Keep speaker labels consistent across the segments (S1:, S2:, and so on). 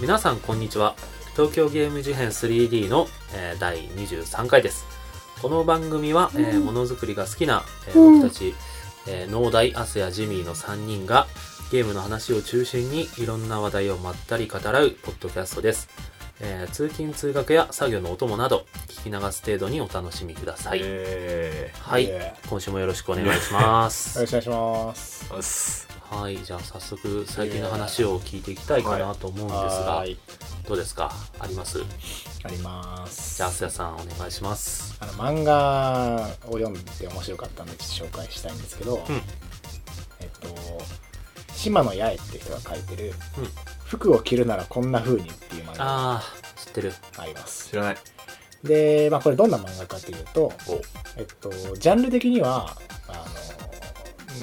S1: 皆さんこんにちは東京ゲーム事変 3D の、えー第23回ですこの番組は、えーものづくりが好きな、えー
S2: うん
S1: 僕たち、えー、農大アスやジミーの3人がゲームの話を中心にいろんな話題をまったり語らうポッドキャストです、えー通勤通学や作業のお供など聞き流す程度にお楽しみください、
S3: え
S1: はい、
S2: イエ
S1: 今週もよろしくお願いしま
S2: よろ
S1: す
S2: しくお願いします。
S3: ーあっす
S1: はいじゃあ早速最近の話を聞いていきたいかなと思うんですが、
S2: い、
S1: どうですかあります
S2: あります。
S1: じゃあ、すやさんお願いします。
S2: あの漫画を読んで面白かったんでちょっと紹介したいんですけど、
S1: うん
S2: えっと島野八重って人が書いてる、
S1: うん
S2: 服を着るならこんな風にっていう漫画が
S1: ああ、知ってる。
S2: あります
S3: 知。らない
S2: で、まあこれどんな漫画かというと、
S3: お
S2: えっとジャンル的にはあ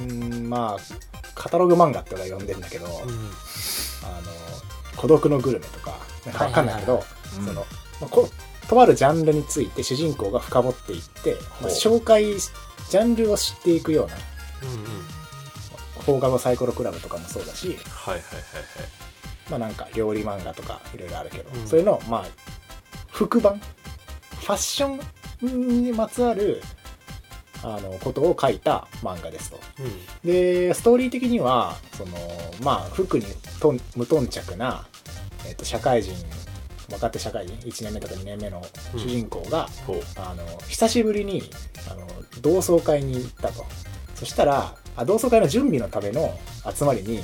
S2: のうーんまあカタログ漫画って俺は呼んでんだけど、
S1: うん。
S2: あの孤独のグルメとかなんかわかんないけど、
S3: うん
S2: その、まあことあるジャンルについて主人公が深掘っていって、ま
S3: ほ
S2: あ
S3: う
S2: 紹介しジャンルを知っていくような
S1: うんうん。
S2: 放課後サイコロクラブとかもそうだし、
S3: はいはいはい
S2: まあ、なんか料理漫画とかいろいろあるけど、
S1: うん
S2: そういうのをまあ副版ファッションにまつわるあのことを書いた漫画ですと。
S1: うん。
S2: でストーリー的にはそのまあ服にとん無頓着な、えっと社会人若手社会人1年目とか2年目の主人公が、
S3: ほう
S2: あの久しぶりにあの同窓会に行ったとそしたらあ同窓会の準備のための集まりに行っ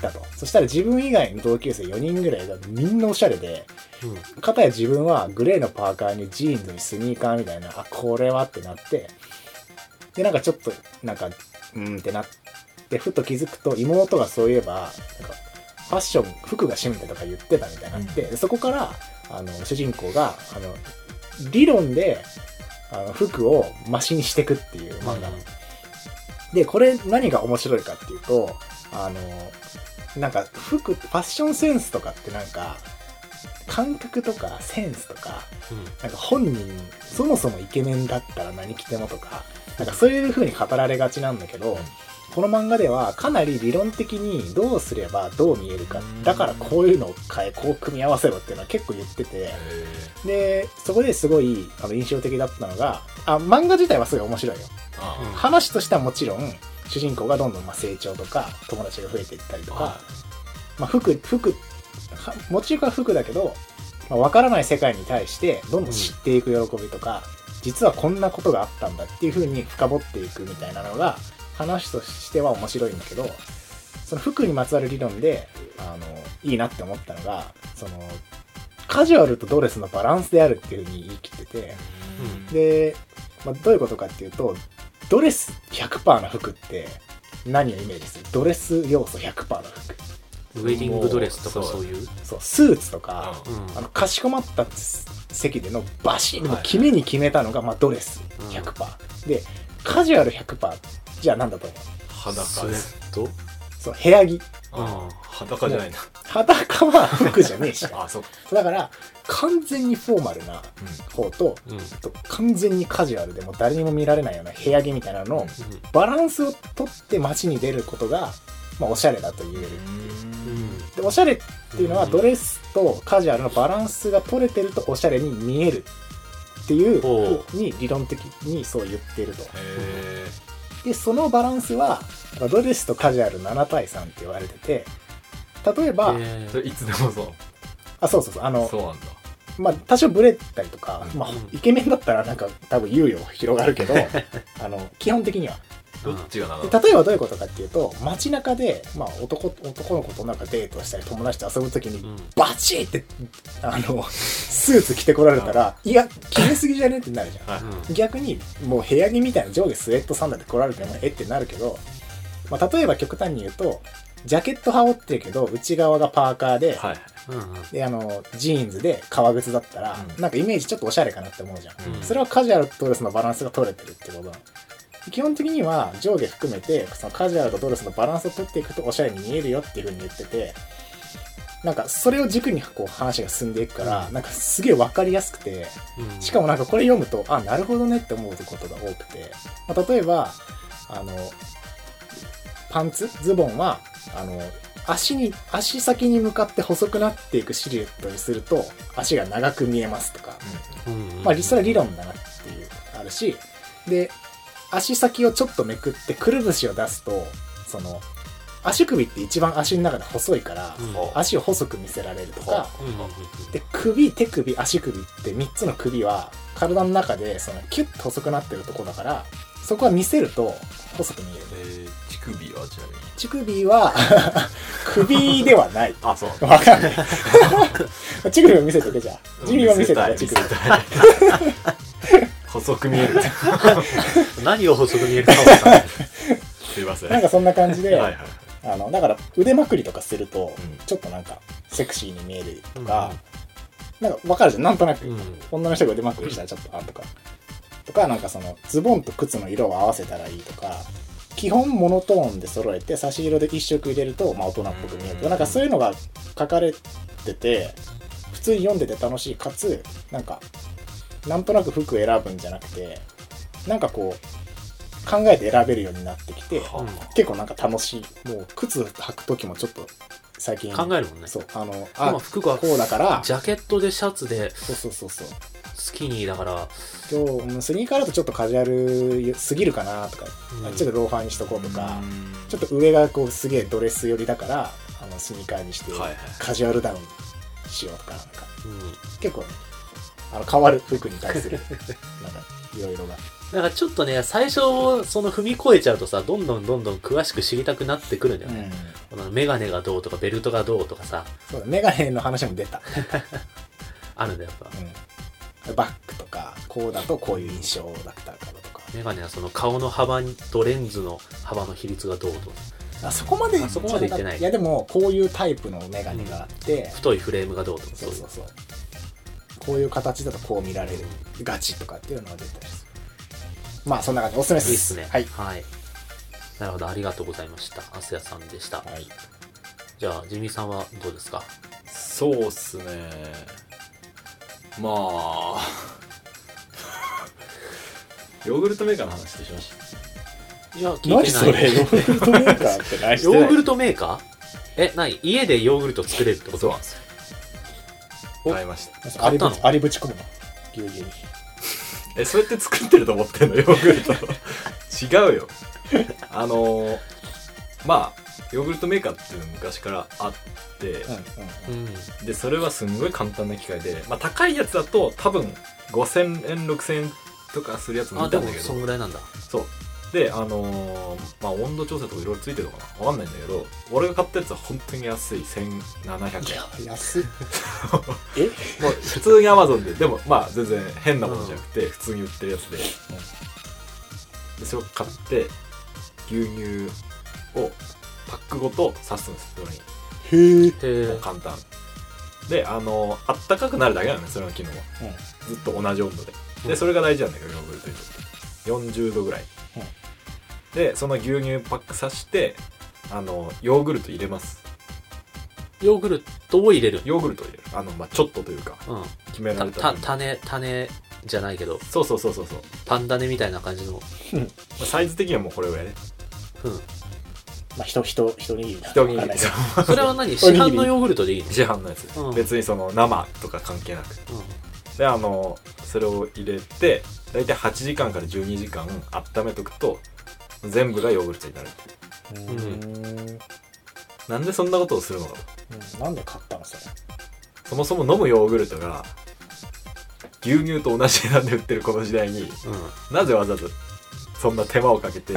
S2: たとそしたら自分以外の同級生4人ぐらいがみんなおしゃれで
S1: うん。
S2: 片や自分はグレーのパーカーにジーンズにスニーカーみたいなあこれはってなってでなんかちょっとなんかうんってなってふと気づくと妹がそういえばなんかファッション服が趣味だとか言ってたみたいになって、でそこからあの主人公があの理論であの服をマシにしてくっていう漫画、でこれ何が面白いかっていうとあのなんか服ファッションセンスとかってなんか感覚とかセンスとかなんか本人そもそもイケメンだったら何着てもとかなんかそういう風に語られがちなんだけどこの漫画ではかなり理論的にどうすればどう見えるかだからこういうのを変えこう組み合わせろっていうのは結構言ってて
S3: え
S2: でそこですごいあの印象的だったのがあ漫画自体はすごい面白いよ
S3: ーあ
S1: うん
S2: 話としてはもちろん主人公がどんどんまあ成長とか友達が増えていったりとか
S3: あ
S2: まあ、服服はモチーフは服だけど、まあ、分からない世界に対してどんどん知っていく喜びとか、実はこんなことがあったんだっていう風に深掘っていくみたいなのが話としては面白いんだけどその服にまつわる理論であのいいなって思ったのがそのカジュアルとドレスのバランスであるっていう風に言い切ってて
S1: うん
S2: で、まあ、どういうことかっていうとドレス100%の服って何をイメージするドレス要素100%の服
S1: ウェディングドレスとかそういう。
S2: そうスーツとか、
S3: う
S1: うん。
S2: あのかしこまった席でのバシッと決めに決めたのが、まあ、ドレス
S1: うん
S2: 100%、でカジュアル100%じゃあ何だと思う
S3: 裸
S1: スウェ
S3: です
S1: ット
S2: そう部屋着
S3: あー裸じゃないな
S2: 裸は服じゃねえし
S3: あそう
S2: だから完全にフォーマルな
S3: うん
S2: 方と
S1: うん。
S2: あと完全にカジュアルでもう誰にも見られないような部屋着みたいなの
S3: う
S2: の
S3: ん
S2: バランスをとって街に出ることが、まあ、おしゃれだと言える
S1: うん。
S2: でおしゃれっていうのはドレスとカジュアルのバランスが取れてるとおしゃれに見えるっていう
S1: ほ
S2: ふうに理論的にそう言ってると
S3: え
S2: でそのバランスはドレスとカジュアル7対3って言われてて例えば、
S1: え
S3: ーそ
S1: ー
S3: れいつでもそう
S2: あそうそうそうあの
S3: そうなんだ
S2: まあ多少ブレたりとか、まあ
S1: うん、
S2: イケメンだったらなんか多分猶予広がる けどあの基本的には
S3: どっちがなの
S2: で例えばどういうことかっていうと街中で、まあ、男男の子となんかデートしたり友達と遊ぶ時に
S1: うん。
S2: バチってあのスーツ着てこられたらいや決めすぎじゃねってなるじゃ
S1: うん
S2: ん逆にもう部屋着みたいな上下スウェットサンダルで来られてもえってなるけど、まあ、例えば極端に言うとジャケット羽織ってるけど内側がパーカーで,、
S3: はい
S1: うんうん。
S2: であのジーンズで革靴だったら、
S3: うん
S2: なんかイメージちょっとおしゃれかなって思うじゃん、
S1: うん
S2: それはカジュアルとドレスのバランスが取れてるってことなの基本的には上下含めてそのカジュアルとドレスのバランスを取っていくとおしゃれに見えるよっていうふうに言っててなんかそれを軸にこう話が進んでいくから、
S1: う
S2: なんかすげえ分かりやすくて
S1: うん。
S2: しかもなんかこれ読むとあなるほどねって思うことが多くて、まあ、例えばあのパンツズボンはあの足に、足先に向かって細くなっていくシルエットにすると、足が長く見えますとか、
S1: うんうん
S2: まあ実際は理論だなっていう、あるし、で、足先をちょっとめくって、くるぶしを出すと、その、足首って一番足の中で細いから、
S1: うん
S3: はあ
S2: 足を細く見せられると
S3: は
S2: か、
S1: うんうんうん
S2: で、首、手首、足首って3つの首は、体の中で、その、キュッと細くなってるとこだから、そこは見せると、細く見える。
S3: えー、乳首はちなみに。
S2: 乳首は、 首ではない。
S3: あ、そう。
S2: わか んない。乳首を見せてくじゃあ。ジミーは見せたら
S3: 見
S2: 乳
S3: せ
S2: 首
S3: た。い。 細く見える。
S1: 何を補足に言えるか分かんない。
S3: すいません。
S2: なんかそんな感じで、
S3: はいはい。
S2: あの、だから腕まくりとかすると
S3: うん、
S2: ちょっとなんか、セクシーに見えるとか、なんかわかるじゃん。なんとなく、
S1: うん
S2: 女の人が腕まくりしたらちょっと、あ、とか。とか、なんかその、ズボンと靴の色を合わせたらいいとか、基本モノトーンで揃えて、差し色で一色入れると、まあ大人っぽく見えるとか。なんかそういうのが書かれてて、普通に読んでて楽しい、かつ、なんか、なんとなく服選ぶんじゃなくて、なんかこう、考えて選べるようになってきて、
S3: はあ
S2: 結構なんか楽しいもう靴履く時もちょっと最近
S1: 考えるもんね。
S2: そうあのあ
S1: 今服が
S2: こうだから
S1: ジャケットでシャツで
S2: そうそうそうそう
S1: スキニーだから、
S2: 今日うんスニーカーだとちょっとカジュアルすぎるかなとか、
S1: うん
S2: ちょっとローファーにしとこうとか、
S3: うん
S2: ちょっと上がこうすげえドレス寄りだからあのスニーカーにして
S3: はいはい
S2: カジュアルダウンしようとかなんか
S1: うん
S2: 結構ねあの変わる服に対す るなんかいろいろが
S1: なんかちょっとね、最初、その踏み越えちゃうとさ、どんどんどんどん詳しく知りたくなってくるんだよね。このメガネがどうとか、ベルトがどうとかさ、
S2: そうだメガネの話も出た
S1: あるんだよ、やっぱ。
S2: うん、バックとかこうだとこういう印象だったからとか
S1: メガネはその顔の幅とレンズの幅の比率がどうとか、
S2: あそこまで
S1: あそこまでいってない
S2: やでもこういうタイプのメガネがあって、
S1: 太いフレームがどうとか、
S2: そう
S1: い
S2: そうそうこういう形だとこう見られるガチとかっていうのが出たりするまあそんな感じおすすめです
S1: いいっすね。
S2: はい、
S1: なるほど、ありがとうございました。アスヤさんでした。
S2: はい、
S1: じゃあ、ジミーさんはどうですか
S3: そうっすね。まあ。ヨーグルトメーカーの話でしまし
S1: い や、聞いてない。
S2: 何それヨーグルトメーカーってない
S1: ヨーグルトメーカーえ、ない家でヨーグルト作れるって
S3: た。
S1: こと
S3: なんですよ。
S1: お
S3: 買いました。
S2: ありぶ
S1: 買った
S2: ありぶち込むのぎゅうぎゅうに
S3: え、そうやって作ってると思ってんのヨーグルト。違うよ。あのー、まあ、ヨーグルトメーカーっていうの昔からあって、
S2: うんうん
S1: うん。
S3: でそれはすんごい簡単な機械で、まあ、高いやつだと多分5000円6000円とかするやつも
S1: あ、
S3: い
S1: で
S3: たん
S1: も
S3: だけ、ど
S1: そん
S3: そ
S1: ぐ
S3: う
S1: らいなんだ。
S3: であのーまあ温度調整とかいろいろついてるのかなわかんないんだけど俺が買ったやつは本当に安い1700円
S2: いや安いえ
S3: もう普通に Amazon ででもまあ全然変なものじゃなくて普通に売ってるやつで,、でそれを買って牛乳をパックごと刺すんですよ
S2: へえ
S1: へ
S3: にもう
S1: え。
S3: 簡単であのーあったかくなるだけなのねそれの機能は
S2: うん
S3: ずっと同じ温度で
S1: う
S3: で
S1: ん
S3: それが大事なんだけどヨーグルトにとって40度ぐらい、
S2: うん
S3: でその牛乳パックさしてあのヨーグルト入れます
S1: ヨーグルトを入れる。
S3: ヨーグルトを入れるあの、まあ、ちょっとというか
S1: うん。
S3: 決めら
S1: た
S3: れた
S1: た
S3: 分
S1: 種種じゃないけど
S3: そうそうそうそうそう、ま
S1: パン種みたいな感じの
S3: あサイズ的にはもうこれぐらいね
S1: うん
S2: まあ人人人に
S3: 人に
S2: わかんないけど
S1: それは何市販のヨーグルトでいいの
S3: 市販のやつ、
S1: うん
S3: 別にその生とか関係なくであのそれを入れて大体8時間から12時間温めとくと全部がヨーグルトになる
S2: うーん
S3: なんでそんなことをするのか
S2: うんなんで買ったのそれ
S3: そもそも飲むヨーグルトが牛乳と同じ値段で売ってるこの時代に
S1: うん、
S3: なぜわざわざそんな手間をかけて
S2: い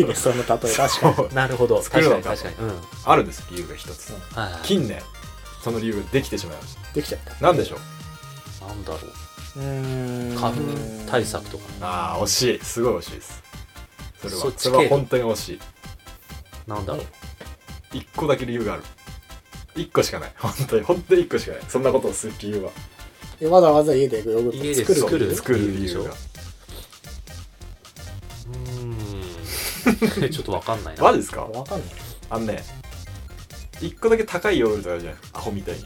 S2: いね、その例え。確かに。
S1: うん、なるほど
S3: 作る
S1: 確か
S3: の
S1: に
S3: か
S1: 確かに、うんはい
S3: あるんです理由が一つ
S1: はい、
S3: 近年その理由ができてしまいまし
S2: できちゃった。
S3: たなんでしょう
S1: なんだろう
S2: うーん
S1: 花粉対策とか
S3: ああ惜しいすごい惜しいですそれは
S1: そっ
S3: そ
S1: ち系
S3: れは本当に惜し
S1: なんだろう
S3: い一個だけ理由がある一個しかない本当に本当に一個しかないそんなことをする理由は
S2: えわざわざ家でヨーグル
S1: 家
S2: ト
S1: で
S2: 作る
S1: 作る
S3: 作る理由
S1: 理由
S3: が
S1: でうーんちょっとわかんないな
S3: マジですか
S2: わかんない。
S3: あのね一個だけ高いヨーグルトがあるじゃないアホみたいに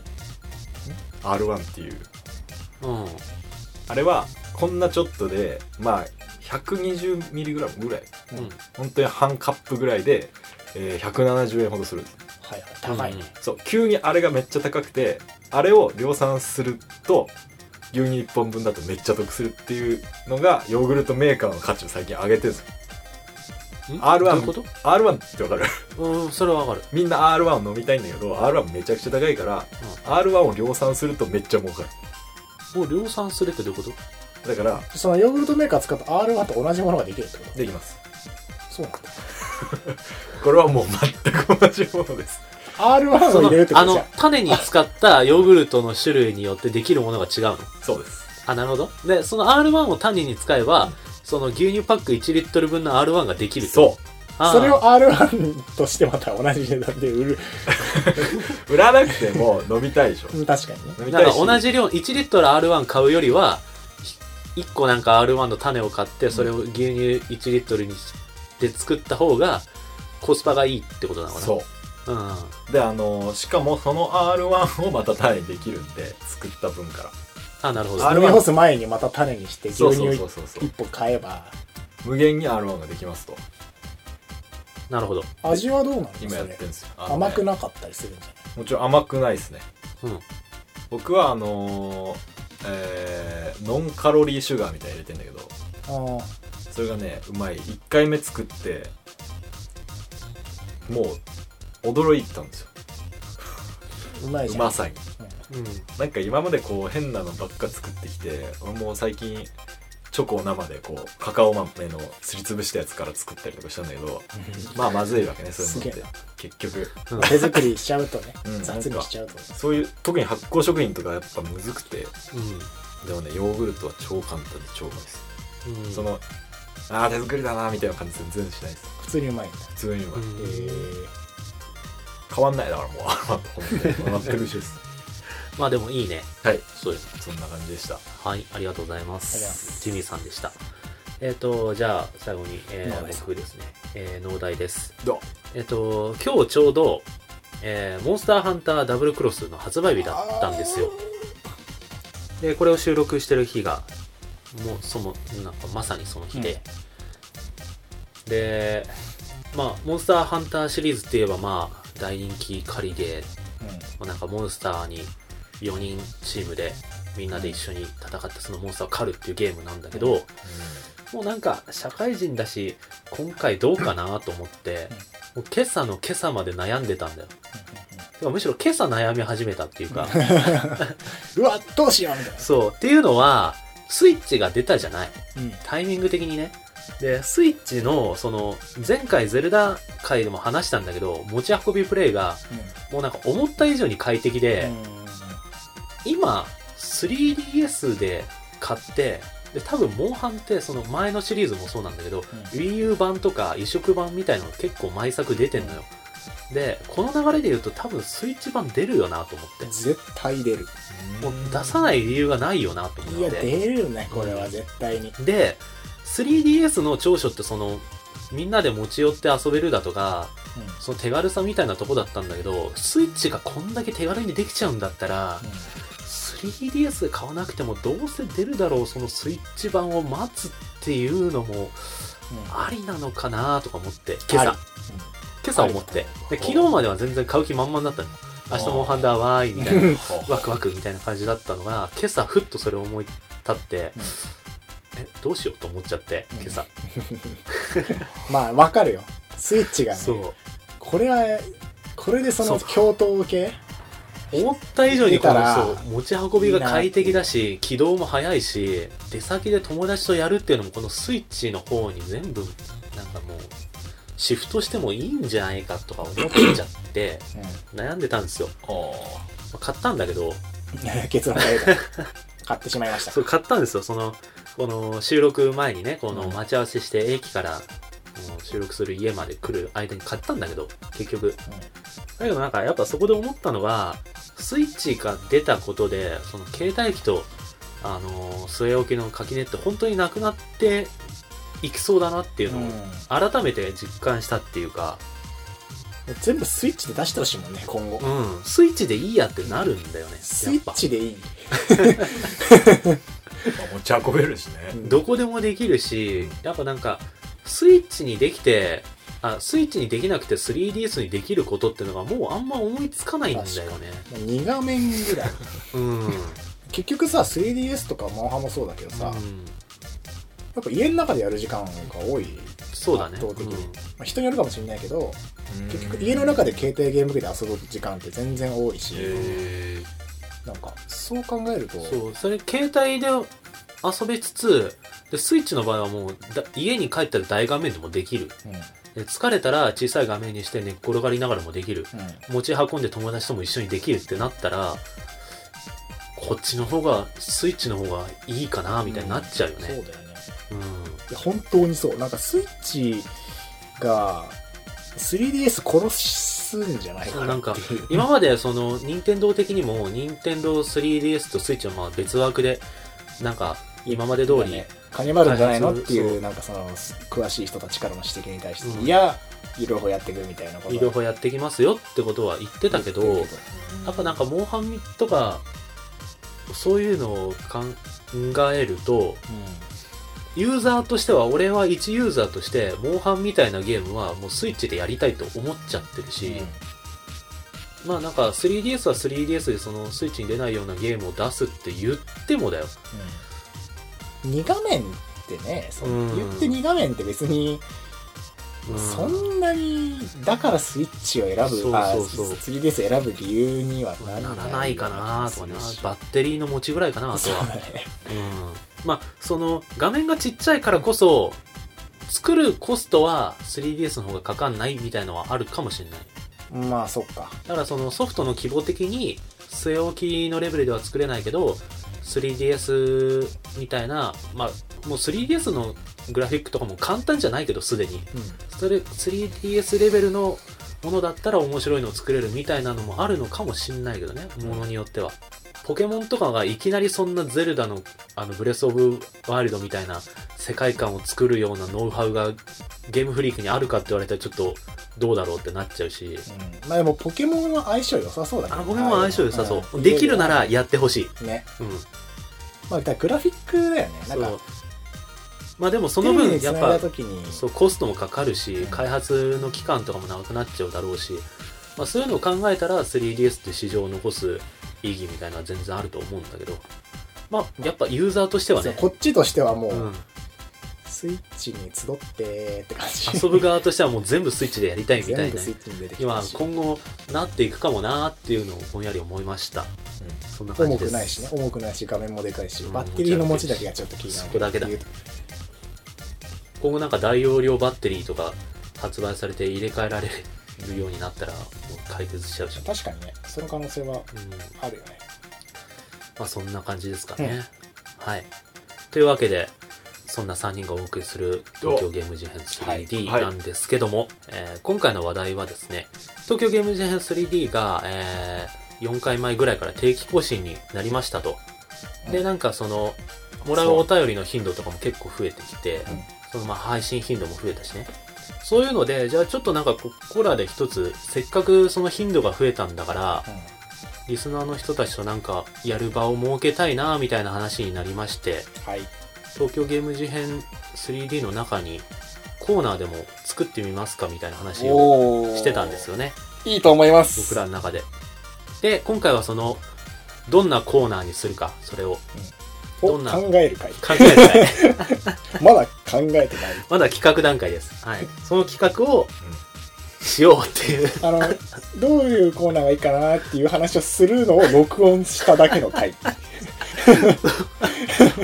S3: R1 っていう
S1: うんうん
S3: あれはこんなちょっとでまあ 120mg ぐらい本当に半カップぐらいで、えー170円ほどするんです
S2: 高いね、
S3: そう急にあれがめっちゃ高くてあれを量産すると牛乳1本分だとめっちゃ得するっていうのがヨーグルトメーカーの価値を最近上げてるんです
S1: う
S3: よ
S1: ん
S3: R1
S1: どういうこと
S3: R1 ってわかる
S1: うんそれはわかる
S3: みんな R1 を飲みたいんだけど R1 めちゃくちゃ高いから、R1 を量産するとめっちゃ儲かる
S1: もう量産するってどういうこと
S3: だから
S2: そのヨーグルトメーカー使った R1 と同じものができるってこと
S3: できます
S2: そうなんだ
S3: これはもう全く同じものです
S2: R1 を入れるってこ
S1: あ
S2: とじ
S1: の
S2: ゃ
S1: 種に使ったヨーグルトの種類によってできるものが違うの
S3: そうです
S1: あなるほどでその R1 を種に使えばその牛乳パック1リットル分の R1 ができる
S3: そ
S1: あー
S2: んそれを R1 としてまた同じ値段で売る
S3: う売らなくても飲みたいでしょ
S2: うん確かにね
S3: 飲み
S1: なん
S3: たい
S1: か
S3: し
S1: 同じ量1リットル R1 買うよりは1個なんか R1 の種を買ってそれを牛乳1リットルにして作った方がコスパがいいってことなのかな
S3: そう
S1: う、ん、あ
S3: であのしかもその R1 をまた単位できるんで作った分から
S1: なるほど
S3: R1
S2: 飲み干す前にまた種にして牛
S3: そう
S2: 乳
S3: そうそ
S2: 1
S3: うそうそう
S2: 本買えば
S3: 無限に R1 ができますと
S1: なるほど、
S2: 味はどうなのそ
S3: 今やって
S2: れ
S3: るんですよあのね
S2: 甘くなかったりするんじゃない
S3: もちろん甘くないですね
S1: うん、
S3: 僕はあのーえーノンカロリーシュガーみたいに入れてんだけど
S2: あ
S3: それがねうまい1回目作ってもう驚いたんですよ
S2: ーうまいじ
S3: う
S2: ゃん
S3: まさに
S1: う
S3: なんか今までこう変なのばっか作ってきて俺もう最近チョコを生でこうカカオ豆のすりつぶしたやつから作ったりとかしたんだけどまあまずいわけねそういう
S2: すげ
S3: の
S2: え
S3: って結局
S1: ん、
S2: 手作りしちゃうとね
S3: うん
S2: 雑にしちゃうと
S3: そういう特に発酵食品とかやっぱむずくて
S1: う
S3: でもねヨーグルトは超簡単で超うまいです、
S1: んうん、
S3: そのああ手作りだなみたいな感じ全然しないです
S2: 普通にうまいんだ
S3: 普通にうまい、
S1: うん
S2: へー
S3: 変わんない だからもうあと本当に全く一緒です
S1: まあでもいいね
S3: はい
S1: そういうの
S3: そんな感じでした
S1: はいありがとうございま
S2: ありがとうございますす
S1: ジミーさんでしたえっ、とじゃあ最後に、え
S2: 農
S1: ー、
S2: 大さん
S1: 僕ですね、えー、農大です
S3: ど
S1: えっと、今日ちょうど、えーモンスターハンターダブルクロスの発売日だったんですよ。で、これを収録してる日が、もう、その、なんかまさにその日で。で、まあ、モンスターハンターシリーズって言えば、まあ、大人気狩りで、まあなんかモンスターに4人チームで、みんなで一緒に戦って、そのモンスターを狩るっていうゲームなんだけど、もうなんか社会人だし今回どうかなと思ってもう今朝の今朝まで悩んでたんだよてかむしろ今朝悩み始めたっていうか
S2: うんうわどうしようみたいな
S1: そうっていうのはスイッチが出たじゃない
S2: うん
S1: タイミング的にねでスイッチのその前回ゼルダ回でも話したんだけど持ち運びプレイがもうなんか思った以上に快適で、今 3DS で買ってで多分モンハンってその前のシリーズもそうなんだけど Wii U 版とか移植版みたいなの結構毎作出てんのよでこの流れで言うと多分スイッチ版出るよなと思って
S2: 絶対出る
S1: もう出さない理由がないよなと思って
S2: いや出るねこれは絶対に
S1: で 3DS の長所ってそのみんなで持ち寄って遊べるだとかその手軽さみたいなとこだったんだけどスイッチがこんだけ手軽にできちゃうんだったら 3DS で買わなくてもどうせ出るだろうそのスイッチ版を待つっていうのもありなのかなとか思って今朝今朝思ってで昨日までは全然買う気満々だったの明日もハンダーわーいみたいなワクワクみたいな感じだったのが今朝ふっとそれを思い立って、
S2: うん
S1: えどうしようと思っちゃって
S2: うん
S1: 今朝、
S2: まあわかるよスイッチが
S1: そ
S2: ね
S1: う
S2: これはこれでその
S1: そう
S2: 共闘系
S1: 思った以上にこ
S2: 見たら
S1: のそう持ち運びが快適だし起動も早いし出先で友達とやるっていうのもこのスイッチの方に全部なんかもうシフトしてもいいんじゃないかとか思っちゃって 悩んでたんですよまあ買ったんだけど
S2: 結論が出た買ってしまいました
S1: そう買ったんですよそのこの収録前にねこの待ち合わせして駅からこの収録する家まで来る間に買ったんだけど結局だけどなんかやっぱそこで思ったのはスイッチが出たことでその携帯機とあの据え置きの垣根って本当になくなっていきそうだなっていう
S2: う
S1: のを
S2: ん
S1: 改めて実感したっていうか、
S2: 全部スイッチで出してほしいもんね今後
S1: うん、スイッチでいいやってなるんだよね
S2: ス
S1: や
S2: イ
S1: っ
S2: ッ
S1: ぱ
S2: チでいい
S3: 持ち運べるしね
S2: うん
S1: どこでもできるしやっぱなんかスイッチにできてあスイッチにできなくて 3DS にできることってのがもうあんま思いつかないんだよ ね
S2: 2画面ぐらい
S1: うん
S2: 結局さ 3DS とかモンハンもそうだけど
S1: う
S2: さ、や
S1: ん
S2: っぱ家の中でやる時間が多い、
S1: そうだね
S2: 圧倒的に
S1: うん
S2: まあ、人によるかもしれないけど結局家の
S3: 中
S2: 中で携帯ゲーム機で遊ぶ時間って全然多いし、
S3: へ
S2: なんかそう考えると
S1: そうそれ携帯で遊びつつでスイッチの場合はもうだ家に帰ったら大画面でもできる
S2: うんうん
S1: で疲れたら小さい画面にして寝っ転がりながらもできる持ち運んで友達とも一緒にできるってなったらこっちの方がスイッチの方がいいかなみたいになっちゃうよ
S2: そうだよ
S1: ね、
S2: ね
S1: うん
S2: いや本当にそうなんかスイッチが 3DS 殺すんじゃないかなっていう
S1: 今までその任天堂的にも任天堂 3DS とスイッチはまあ別枠でなんか今まで通り、
S2: ね金丸んじゃないのってい
S1: そうそう
S2: うなんかその詳しい人たちからの指摘に対して、
S1: うん
S2: いやいろいろやっていくみたいなこと
S1: いろいろやってきますよってことは言ってたけど、やっぱなんかモンハンとかそういうのを考えるとユーザーとしては俺は一ユーザーとしてモンハンみたいなゲームはもうスイッチでやりたいと思っちゃってるし、まあなんか 3DS は 3DS でそのスイッチに出ないようなゲームを出すって言ってもだよ
S2: 2画面ってねそう
S1: うん
S2: 言って2画面って別に
S1: うん
S2: そんなにだからスイッチを選ぶ
S1: そうそう
S2: あ
S1: そう
S2: 3DS 選ぶ理由にはなら
S1: な
S2: な
S1: いらないかなとかね
S2: 気がするし
S1: バッテリーの持ちぐらいかなあと
S2: そう
S1: は
S2: だね
S1: うんまあその画面がちっちゃいからこそ作るコストは 3DS の方がかかんないみたいのはあるかもしれない
S2: まあそっか
S1: だからそのソフトの規模的に据え置きのレベルでは作れないけど 3DS みたいなまあもう 3DS のグラフィックとかも簡単じゃないけどすでにそれ 3DS レベルのものだったら面白いのを作れるみたいなのもあるのかもしんないけどねものによってはポケモンとかがいきなりそんなゼルダのあのブレス・オブ・ワイルドみたいな世界観を作るようなノウハウがゲームフリークにあるかって言われたらちょっとどうだろうってなっちゃうし
S2: うんまあでもポケモンは相性良さそうだけ
S1: あ
S2: ど
S1: のポ
S2: ね
S1: ケモンは相性良さそ
S2: ん
S1: うできるならやってほしい
S2: ね
S1: うん
S2: まあだからグラフィックだよねなんか
S1: そうまあでもそ
S2: テレ
S1: の
S2: ビ
S1: 分
S2: に
S1: や
S2: 繋
S1: っぱ
S2: いだ時に
S1: そうコストもかかるし
S2: ん
S1: 開発の期間とかも長くなっちゃうだろうし、まあ、そういうのを考えたら 3DS って市場を残す意義みたいなのは全然あると思うんだけどまあやっぱユーザーとしては
S2: そう
S1: ね、
S2: こっちとしてはもう、
S1: うん、
S2: スイッチに集ってって感じ
S1: 遊ぶ側としてはもう全部スイッチでやりたいみた
S2: 全
S1: い
S2: 部
S1: な
S2: スイッチに出てき
S1: 今
S2: たし
S1: 今後なっていくかもなーっていうのをぼんやり思いましたそんな感
S2: 重
S1: じで
S2: く
S1: す
S2: ないしね重くないし画面もでかいし
S1: うん
S2: バッテリーの持ちだけがちょっと気になる
S1: そこだけだ今後なんか大容量バッテリーとか発売されて入れ替えられるようになったらもう解決しちゃうし、
S2: 確かにねその可能性は
S1: うん
S2: あるよね
S1: まあそんな感じですかね。はい。というわけで、そんな3人がお送りする東京ゲーム事変 3D
S3: はい
S1: なんですけども、えー今回の話題はですね、東京ゲーム事変 3D が、えー4回前ぐらいから定期更新になりましたと。で、なんかその、もらうお便りの頻度とかも結構増えてきて、そのまあ配信頻度も増えたしね。そういうので、じゃあちょっとなんかここらで一つ、せっかくその頻度が増えたんだから、
S2: うん
S1: リスナーの人たちとなんかやる場を設けたいなみたいな話になりまして
S2: はい
S1: 東京ゲーム事変 3D の中にコーナーでも作ってみますかみたいな話を
S2: お
S1: してたんですよね
S2: いいと思いま
S1: 僕らの中でで今回はそのどんなコーナーにするかそれをど
S2: お
S1: んな
S2: 考える会
S1: 考えてない
S2: まだ考えてない
S1: まだ企画段階です、はい、その企画をしようっていう
S2: あのどういうコーナーがいいかなっていう話をするのを録音しただけの回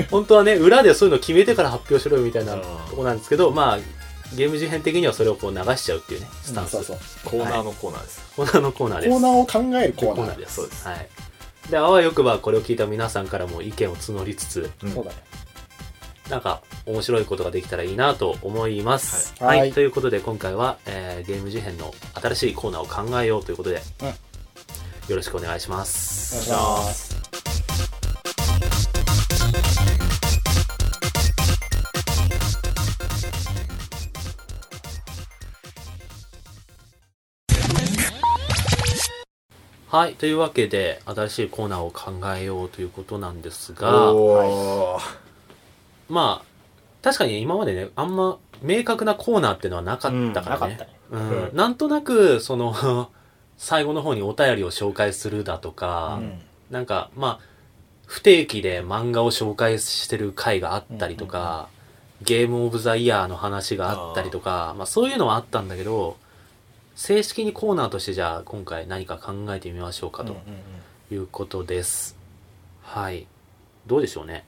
S1: 本当はね裏でそういうの決めてから発表しろよみたいなとこなんですけどまあゲーム事変的にはそれをこう流しちゃうっていうね スタンス、
S2: そうそう
S3: コーナーのコーナーです
S1: コーナーのコーナー
S2: コ
S1: です
S2: ーナーを考えるコー
S1: コー
S2: ナ
S1: ナー
S2: ー
S1: です。
S3: そうです
S1: はい。で、あわよくばこれを聞いた皆さんからも意見を募りつつ、
S3: うん
S2: そうだね
S1: なんか面白いことができたらいいなと思います。は。
S2: はいい
S1: ということで今回は、えーゲーム事変の新しいコーナーを考えようということで、
S2: うん
S1: よろしくお願いします。
S2: お願いします
S1: はい。というわけで、新しいコーナーを考えようということなんですが、
S3: おー
S1: まあ、確かに今までね、あんま明確なコーナーっていうのはなかった
S2: な
S1: か
S2: からっ
S1: ね
S2: た。ね。
S1: うん
S3: う
S1: なんとなく、その、 最後の方にお便りを紹介するだとか、
S2: うん
S1: なんか、まあ、不定期で漫画を紹介してる回があったりとか、ゲームオブザイヤーの話があったりとか、まあそういうのはあったんだけど、正式にコーナーとしてじゃあ今回何か考えてみましょうかと
S2: うんうんうん
S1: いうことです。はい。どうでしょうね。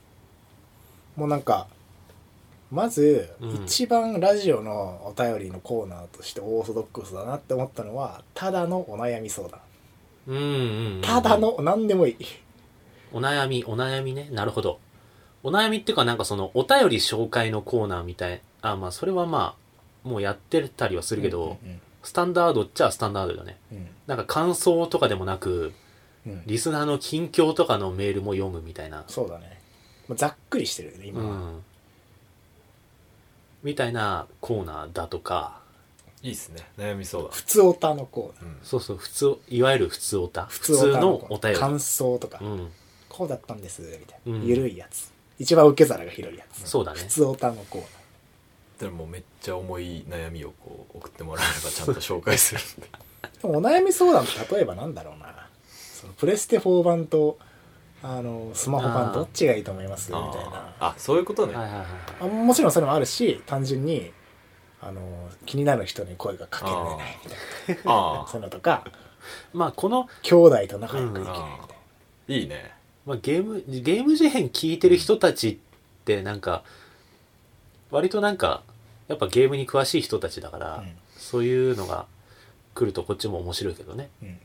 S2: もうなんかまず
S1: うん
S2: 一番ラジオのお便りのコーナーとしてオーソドックスだなって思ったのはただのお悩み相談
S1: うんうん、うん。
S2: ただ。の何でもいい
S1: お悩み、お悩みね。なるほど。お悩みっていうかなんかそのお便り紹介のコーナーみたい。あ、まあそれはまあ、もうやってたりはするけど、
S2: うん
S1: スタンダードっちゃスタンダードだね。
S2: うん
S1: なんか感想とかでもなく、
S2: うんうん
S1: リスナーの近況とかのメールも読むみたいな。
S2: そうだねまあざっくりしてるよね
S1: う
S2: 今は、
S1: ん。みたいなコーナーだとか、
S3: いいですね悩みそう
S2: 普通オタのコーナー
S1: そうそう、普通、いわゆる普通おた。普通
S2: オタ
S1: の
S2: コーナ
S1: お
S2: ー
S1: 便り。
S2: 感想とか、
S1: うん。
S2: こうだったんですみたいな、
S1: うん
S2: ゆるいやつ一番受け皿が広いやつ
S1: そうだね
S2: 普。通オタのコーナー
S3: だからもうめっちゃ重い悩みをこう送ってもらえればちゃんと紹介するんで
S2: でもお悩み相談って例えばなんだろうなそのプレステ4版とあのスマホ
S1: あー
S2: 版どっちがいいと思いますみたい
S3: あ
S2: な
S3: ーあそういうことね、
S1: はいはいはい
S2: あもちろんそれもあるし単純にあの気になる人に声がかけられないみたい
S3: あ
S2: な
S3: あ
S2: そういうのとか
S1: まあこの、
S2: 兄弟と仲良くできないみ
S3: あーいいね
S1: まあ、ゲーム、ゲーム事変聞いてる人たちってなんか、割となんか、やっぱゲームに詳しい人たちだから、
S2: たいな、
S1: そういうのが来るとこっちも面白いけどね。
S2: うん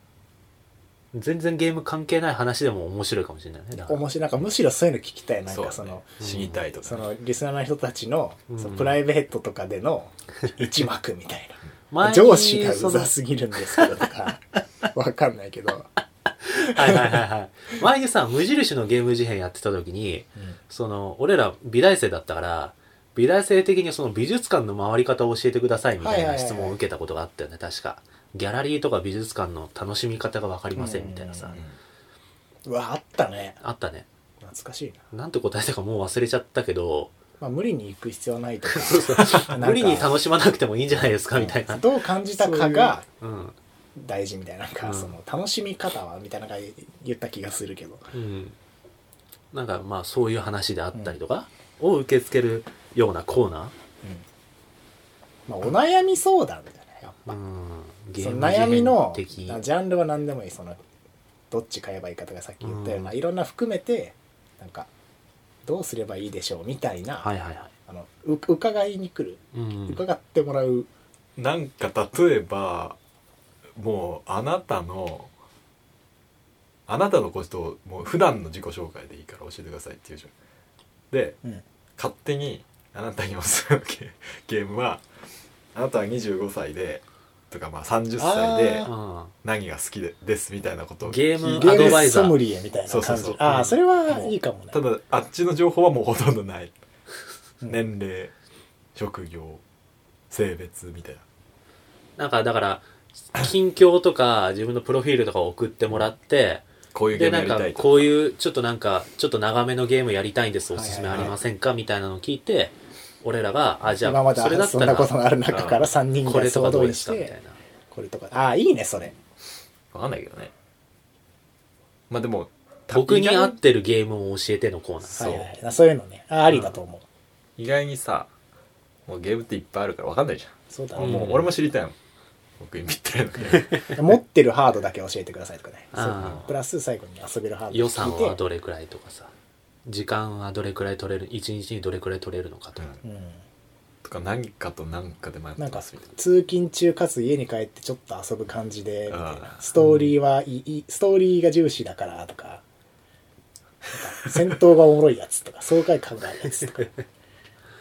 S1: 全然ゲーム関係ない話でも面白いかもしれないね。だか
S2: うん、
S1: ら
S2: 面白いなんかむしろそういうの聞きたいなん
S3: そう
S2: か
S3: だ
S2: そ
S3: ね
S2: の
S3: 死にたいと
S2: そ
S3: か
S2: のリスナーの人たちの,、
S1: うん
S2: そのプライベートとかでの 一幕みたい
S1: 前
S2: な
S1: に
S2: 上司がうざ
S1: そ
S2: すぎるんですけどとかわかんないけど、
S1: のはいはいはいはい。前にさ、無印のゲーム事変やってた時に、その、俺ら美大生だったから、美大生的にその美術館の回り方を教えてくださいみたい
S2: はいはい
S1: な
S2: はい
S1: 質問を受けたことがあったよね、確か。ギャラリーとか美術館の楽しみ方がわかりませんみたいな
S2: う
S1: さ
S2: ん。うわあったね
S1: あったね。
S2: 懐かしいな、
S1: なんて答えたかもう忘れちゃったけど、
S2: まあ、無理に行く必要はないとかなんか
S1: 無理に楽しまなくてもいいんじゃないですかみたいな。
S2: どう感じたかが
S1: うん。
S2: 大事みたいななんか、
S1: うん
S2: その楽しみ方はみたいなのが言った気がするけど
S1: うん、なんかまあそういう話であったりとかを受け付けるようなコーナ
S2: まあ、お悩み相談じゃないや
S1: ー、
S2: っぱ、
S1: うん、
S2: その悩みのジ
S1: 的
S2: ャンルは何でもいいそのどっち買えばいいかとかさっき言ったような、いろんな含めてなんかどうすればいいでしょうみたいな、
S1: はいはいは
S2: あのう伺いに来る
S1: い、うん、
S2: 伺ってもらう、
S3: なんか例えばもうあなたのあなたのことをもう普段の自己紹介でいいから教えてくださいっていうじゃんで勝手にあなたにおすすめのゲ ゲームはあなたは25歳でとかまあ30歳で
S2: あー
S3: 何が好きでですみたいなことを
S1: ゲーム
S3: 聞い
S2: ゲ
S1: アド
S2: ー
S1: バ
S2: ム
S1: イザー
S2: ソムリエみたいな
S3: そうそう
S2: 感
S3: そ
S2: じ
S3: う
S2: あ
S1: う
S2: あ
S1: ん
S2: それはいいかもね
S3: ただあっちの情報はもうほとん どない
S2: うん
S3: 年齢職業性別みたいな
S1: なんかだから近況とか自分のプロフィールとかを送ってもらって
S3: こういうゲ
S1: で
S3: ーム
S1: なんか
S3: やりたいと
S1: こういうちょっとなんかちょっと長めのゲームやりたいんですお
S2: はいはい
S1: す
S2: はい
S1: すめありませんかみたいなのを聞いて俺らがあじゃ
S2: 今ま
S1: あ
S2: で
S1: それだった
S2: そんな
S1: ら
S2: ことのある中から3人
S1: こ
S2: が
S1: れとかど
S2: 総動
S1: うで
S2: 員
S1: す
S2: し
S1: かみた
S2: て
S1: いな
S2: これとかああいいねそれ
S3: わかんないけどねまあでも
S1: 僕に
S3: 意
S1: 合
S3: 外
S1: っ
S3: に
S1: てるゲームを教えてのコーナー
S2: は
S3: そう
S2: いはいはいそういうのねあありだと思う、
S3: 意外にさもうゲームっていっぱいあるからわかんないじ
S2: そうだ
S3: ゃん、
S2: ね、
S3: もう俺も知りたいもん僕にぴったりのゲ ーム
S2: 持ってるハードだけ教えてくださいとかね
S1: あー
S2: そうプラス最後に遊べるハード
S1: 予算は
S2: と
S1: どれくらいとかさ時間はどれくらい取れる一日にどれくらい取れるのかとか、
S2: う
S3: うん
S2: ん、
S3: とか何かと何かで迷って
S2: なんか
S3: ますみたいな
S2: 通勤中かつ家に帰ってちょっと遊ぶ感じでみたいな
S3: あー
S2: ストーリーはいい、ストーリーが重視だからとかなんか戦闘がおもろいやつとか爽快感があるやつとか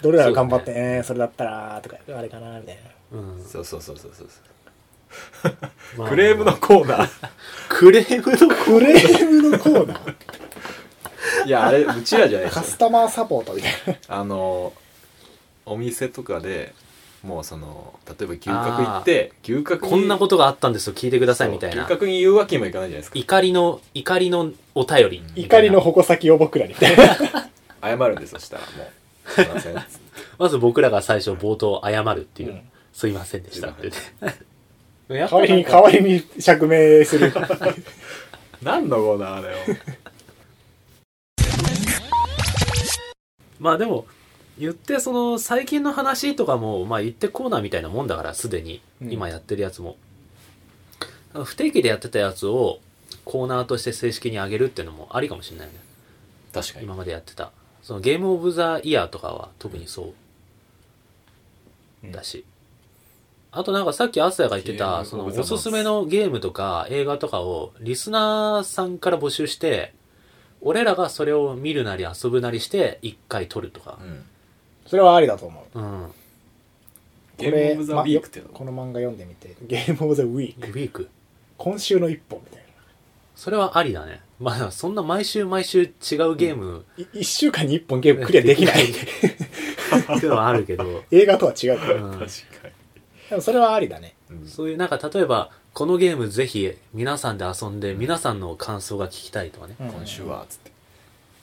S2: どれらが頑張って、えーそれだったらとかあれかなみたいな
S1: うん
S3: そうそうそうそうそうそう
S1: まあ
S3: クレームのコーナー
S1: クレームの
S2: クレームのコー ナー
S3: いやあれうちらじゃないで
S2: カ
S3: す
S2: スタマーサポートみたいな
S3: あのお店とかでもうその例えば牛角行って牛角に
S1: こんなことがあったんですよ聞いてくださいみたい
S3: そう
S1: な
S3: 牛角に言うわけにもいかないじゃないですか
S1: 怒りの怒りのお便りみたいな
S2: 怒りの矛先を僕らにみたいな
S3: 謝るんですよそしたらもう「すいません」っつって
S1: まず僕らが最初冒頭謝るっていう、
S2: うん
S1: すいませんでしたってね。 やっ
S2: 代わりに、代わりに釈明する。
S3: 何のコーナーだよ。
S1: まあでも、言ってその最近の話とかも、まあ言ってコーナーみたいなもんだから、すでに、
S2: うん
S1: 今やってるやつも。不定期でやってたやつをコーナーとして正式に上げるっていうのもありかもしれないよね。
S3: 確か。
S1: 今までやってた。そのゲームオブザイヤーとかは特にそうだし。あとなんかさっきアスヤが言って
S3: ゲームオ
S1: た、
S3: ブ
S1: その
S3: ザマンス
S1: おすすめのゲームとか映画とかをリスナーさんから募集して、俺らがそれを見るなり遊ぶなりして一回撮るとか
S3: う。ん。
S2: それはありだと思う。
S1: うん。
S3: ゲームオブザウィークっていう
S2: ま
S3: の
S2: よこの漫画読んでみて。ゲームオブザウィー
S1: ウ
S2: ク。
S1: ィーク。
S2: 今週の一本みたい
S1: それはありだね。まあそんな毎週毎週違うゲーム
S2: な。い一週間に一本ゲームクリアで きない。
S1: っていうのはあるけ ど、
S2: 映画とは違うから。
S1: うん
S3: 確かに。
S2: でもそれはありだね。
S3: うん
S1: そういうなんか例えば、このゲームぜひ皆さんで遊んで皆さんの感想が聞きたいとかね。
S3: 今週は、つって。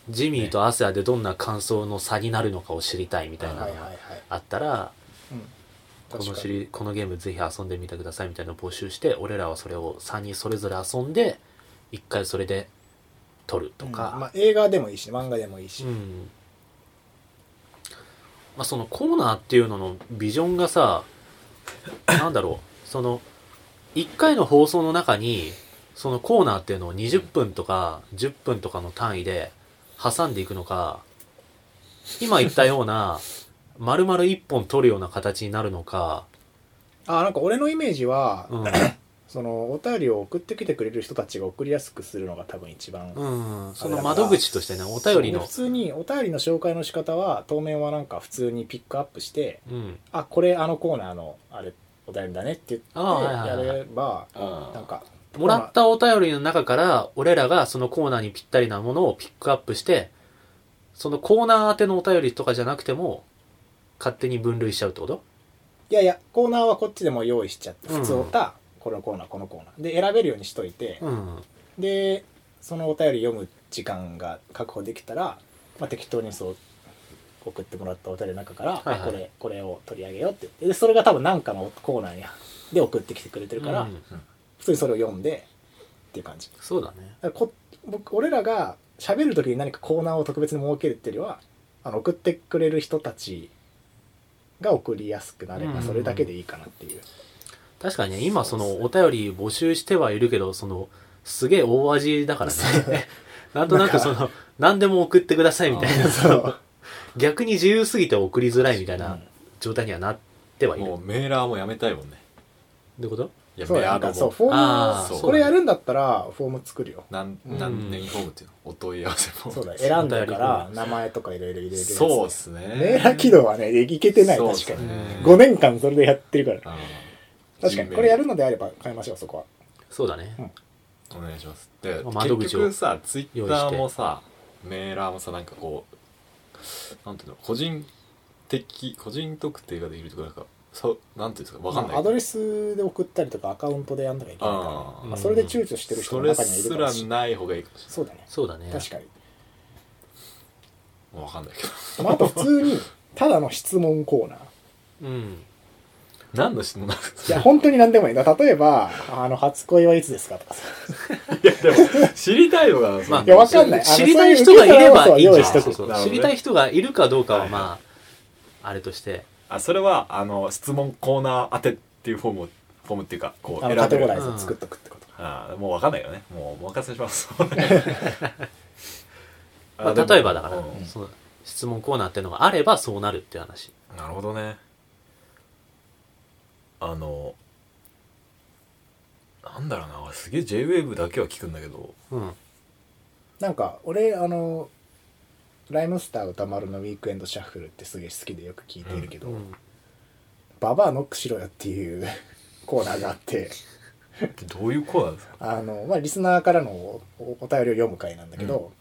S1: ジミーとアスヤでどんな感想の差になるのかを知りたいみたい
S2: うん。
S1: な
S2: はい
S1: の
S2: はいは
S1: が
S2: い。
S1: あったら、
S2: うん
S1: この
S2: 確
S1: シ
S2: かに
S1: リこのゲームぜひ遊んでみてくださいみたいなのを募集して、俺らはそれを3人それぞれ遊んで、1回それで撮るとか。
S2: うんまあ、映画でもいいし、漫画でもいいし。
S1: うんまあ、そのコーナーっていうののビジョンが さなんだろうその1回の放送の中にそのコーナーっていうのを20分とか10分とかの単位で挟んでいくのか今言ったよう な丸々1本取るような形になるのか、
S2: あ、なんか俺のイメージは、
S1: うん
S2: そのお便りを送ってきてくれる人たちが送りやすくするのが多分一番、
S1: うん、その窓口としてねお便り
S2: そ
S1: の
S2: う普、通にお便りの紹介の仕方は当面はなんか普通にピックアップして
S1: うん、
S2: あこれあのコーナーのあれお便りだねって言
S1: ああはいはい
S2: って
S1: はい
S2: やればなん
S3: あ
S2: か
S1: もらったお便りの中から、俺らがそのコーナーにぴったりなものをピックアップして、そのコーナー宛てのお便りとかじゃなくても、勝手に分類しちゃうってこと
S2: いやいやコーナーはこっちでもう用意しちゃって
S1: うん
S2: 普通おた、このコーナーこのコーナーで選べるようにしといて、
S1: うん。
S2: でそのお便り読む時間が確保できたら、まあ、適当にそう送ってもらったお便りの中から、
S1: はいはい
S2: これこれを取り上げようって言ってでそれが多分何かのコーナーにで送ってきてくれてるから、
S1: うん
S2: 普通にそれを読んでっていう感じだ
S1: そうだね。
S2: からこ僕俺らが喋る時に何かコーナーを特別に設けるっていうよりはあの送ってくれる人たちが送りやすくなれ
S1: うん
S2: ばそれだけでいいかなっていう、
S1: 確かにね、今その
S2: そう
S1: お便り募集してはいるけど、その、すげえ大味だからね。 なんとなくその、何でも送ってくださいみたいな、
S2: そ
S1: そうの逆に自由すぎて送りづらいみたい
S2: うん
S1: な状態にはなって
S3: あ
S1: はいる。
S3: も
S1: ど
S3: うメーラーもやめたいもんね。
S1: ういうこと
S3: いや、
S2: そう
S3: メ
S2: な
S3: ア
S2: んか
S3: ド
S2: そう
S3: も。
S2: フォ
S1: あー
S2: ーム
S3: そう
S2: をこれやるんだったらフォーム作るよ
S3: なん
S2: うん
S3: 何年フォームっていうのお問い合わせも。
S2: そうだ
S3: ね。
S2: ね選んだ
S1: お便り
S2: から
S1: フォーム
S2: 名前とかいろいろ入れるやつ
S3: そうっすね。
S2: メーラー起動はねいけてない
S3: そうっ
S2: 確
S3: す
S2: か
S3: ね
S2: に5年間それでやってるから
S3: あー
S2: 確かに
S3: Gmail
S2: これやるのであれば変えましょうそこは
S1: そうだね。
S3: お願いしますで
S1: まあ窓口
S3: 結
S1: を
S3: 局さツイッタ
S1: 用意し
S3: ー
S1: て
S3: もさメーラーもさなんかこうなんていうの個人的個人特定ができるとかなんかそうなんていうんですかわかんない、
S2: まあアドレスで送ったりとかアカウントでやんなきゃいけないから
S3: あ、
S1: ー
S2: まあ、それで躊躇してる人
S3: そ
S2: の
S3: れ
S2: 中にはいる
S3: す
S2: からもしれない
S3: ない方がいいかもし
S2: そうだね
S1: そうだね。
S2: 確かに、
S3: れないわかんないけど
S2: まあ、あと普通にただの質問コーナー
S1: うん。
S3: 何の質問なんで
S2: い
S3: す
S2: や本当に何でもいいな例えば「あの初恋はいつですか?」とかさ
S3: いやでも知りたいのが
S1: まあ
S2: いやわかんないあの
S1: 知りたい人がいればいいんじゃ
S2: そういう受け皿要素は用意し
S1: な
S2: と
S1: い
S2: く
S1: そうそう
S3: なるほど
S1: 知
S3: ね
S1: りたい人がいるかどうかは
S3: はいはい
S1: まあ、あれとして。
S3: あそれはあの質問コーナー当てっていうフォームをフォームっていうかこう
S2: あ
S3: 選
S2: のカテ
S3: べ
S2: ゴ
S3: る
S2: ライズを作っとくってことか、
S3: あーもうわかんないよねもうお任せします
S1: まあ、
S3: あでも
S1: 例えばだから
S3: うん、
S1: その質問コーナーっていうのがあればそうなるっていう話。
S3: なるほどねあのなんだろうな俺すげえ JWAVE だけは聞くんだけど
S1: うん。
S2: なんか俺あのライムスター歌丸のウィークエンドシャッフルってすげえ好きでよく聞いてるけど、
S1: うん
S2: ババアノックしろよっていうコーナーがあって
S3: どういうコーナーですか
S2: あの、まあ、リスナーからのおおお便りを読む回なんだけど、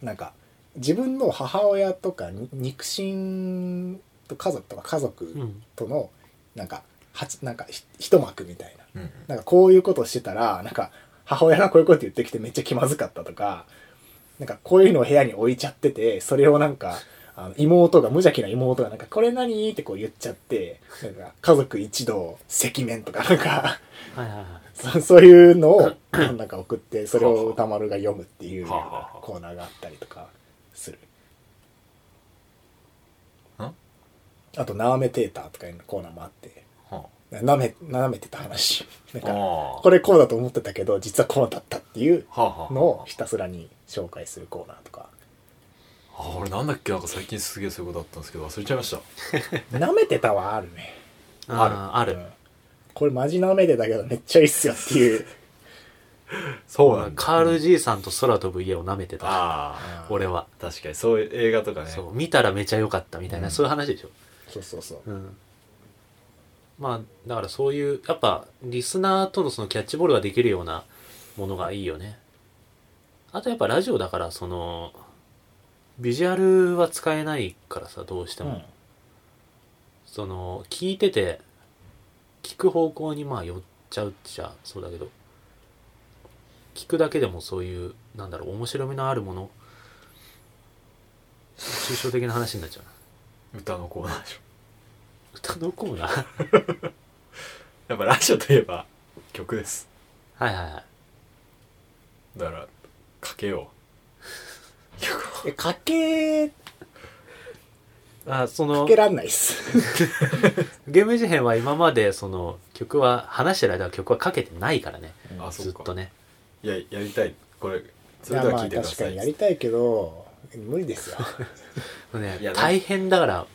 S2: なんか自分の母親とかに肉親と家族とか家
S1: う
S2: 族
S1: ん。
S2: とのなんかはちなんかひ一幕みたいな
S3: うん
S2: なんかこういうことしてたらなんか母親がこういうこと言ってきてめっちゃ気まずかったとかなんかこういうのを部屋に置いちゃっててそれをなんかあの妹が無邪気な妹がなんか「これ何?」ってこう言っちゃってなんか家族一同赤面とかなんか
S1: はいはいはい。
S2: そそういうの をなんか送ってそれを歌丸が読むっていうよう
S3: はあはあ
S2: な
S3: はあ
S2: コーナーがあったりとかする
S3: ん
S2: あと「なめてーター」とかいうコーナーもあって
S3: は
S2: なめなめてた話なん
S3: あは
S2: か
S3: あは
S2: これこうだと思ってたけど実はこうだったっていう
S3: あはあ
S2: のをひたすらに紹介するコーナーとか
S3: あ俺なんだっけなんか最近すげえそういうことあったんですけど忘れちゃいました
S2: 「なめてた」はあるね
S1: ある。あ
S2: う
S1: る。
S2: んこれマジなめてたけどめっちゃいいっすよっ ていう
S3: そうなんだ
S1: カール爺さんと空飛ぶ家を舐めてた。
S3: ああ
S1: 俺は。
S3: 確かにそういう映画とかね
S1: そう。見たらめちゃ良かったみたいな、
S3: うん
S1: そういう話でしょ。
S2: そうそうそう
S1: うん。まあ、だからそういう、やっぱ、リスナーとのそのキャッチボールができるようなものがいいよね。あとやっぱラジオだから、その、ビジュアルは使えないからさ、どうしても。
S2: うん
S1: その、聞いてて、聞く方向にまあ寄っちゃうっちゃそうだけど、聞くだけでもそういう、なんだろう、面白みのあるもの、抽象的な話になっちゃうな。
S3: 歌のコーナーでしょ
S1: 歌のコーナ ー
S3: やっぱラジオといえば曲です
S1: はいはいはい。
S3: だからかけよう曲を
S2: えかけか
S1: あその
S2: けらんないっす
S1: ゲーム事変は今までその曲は話してる間は曲はかけてないからね
S3: あそ
S1: ず
S3: っ
S1: っ
S3: か
S1: とね
S3: いややりたいこれ
S2: い
S3: それ
S2: や
S3: で
S2: ま
S3: は聞
S2: あ
S3: いてくだ
S2: 確
S3: さ
S2: か
S3: い
S2: にやりたいけど無 理ですよ
S1: ね
S3: いや
S1: 大変だから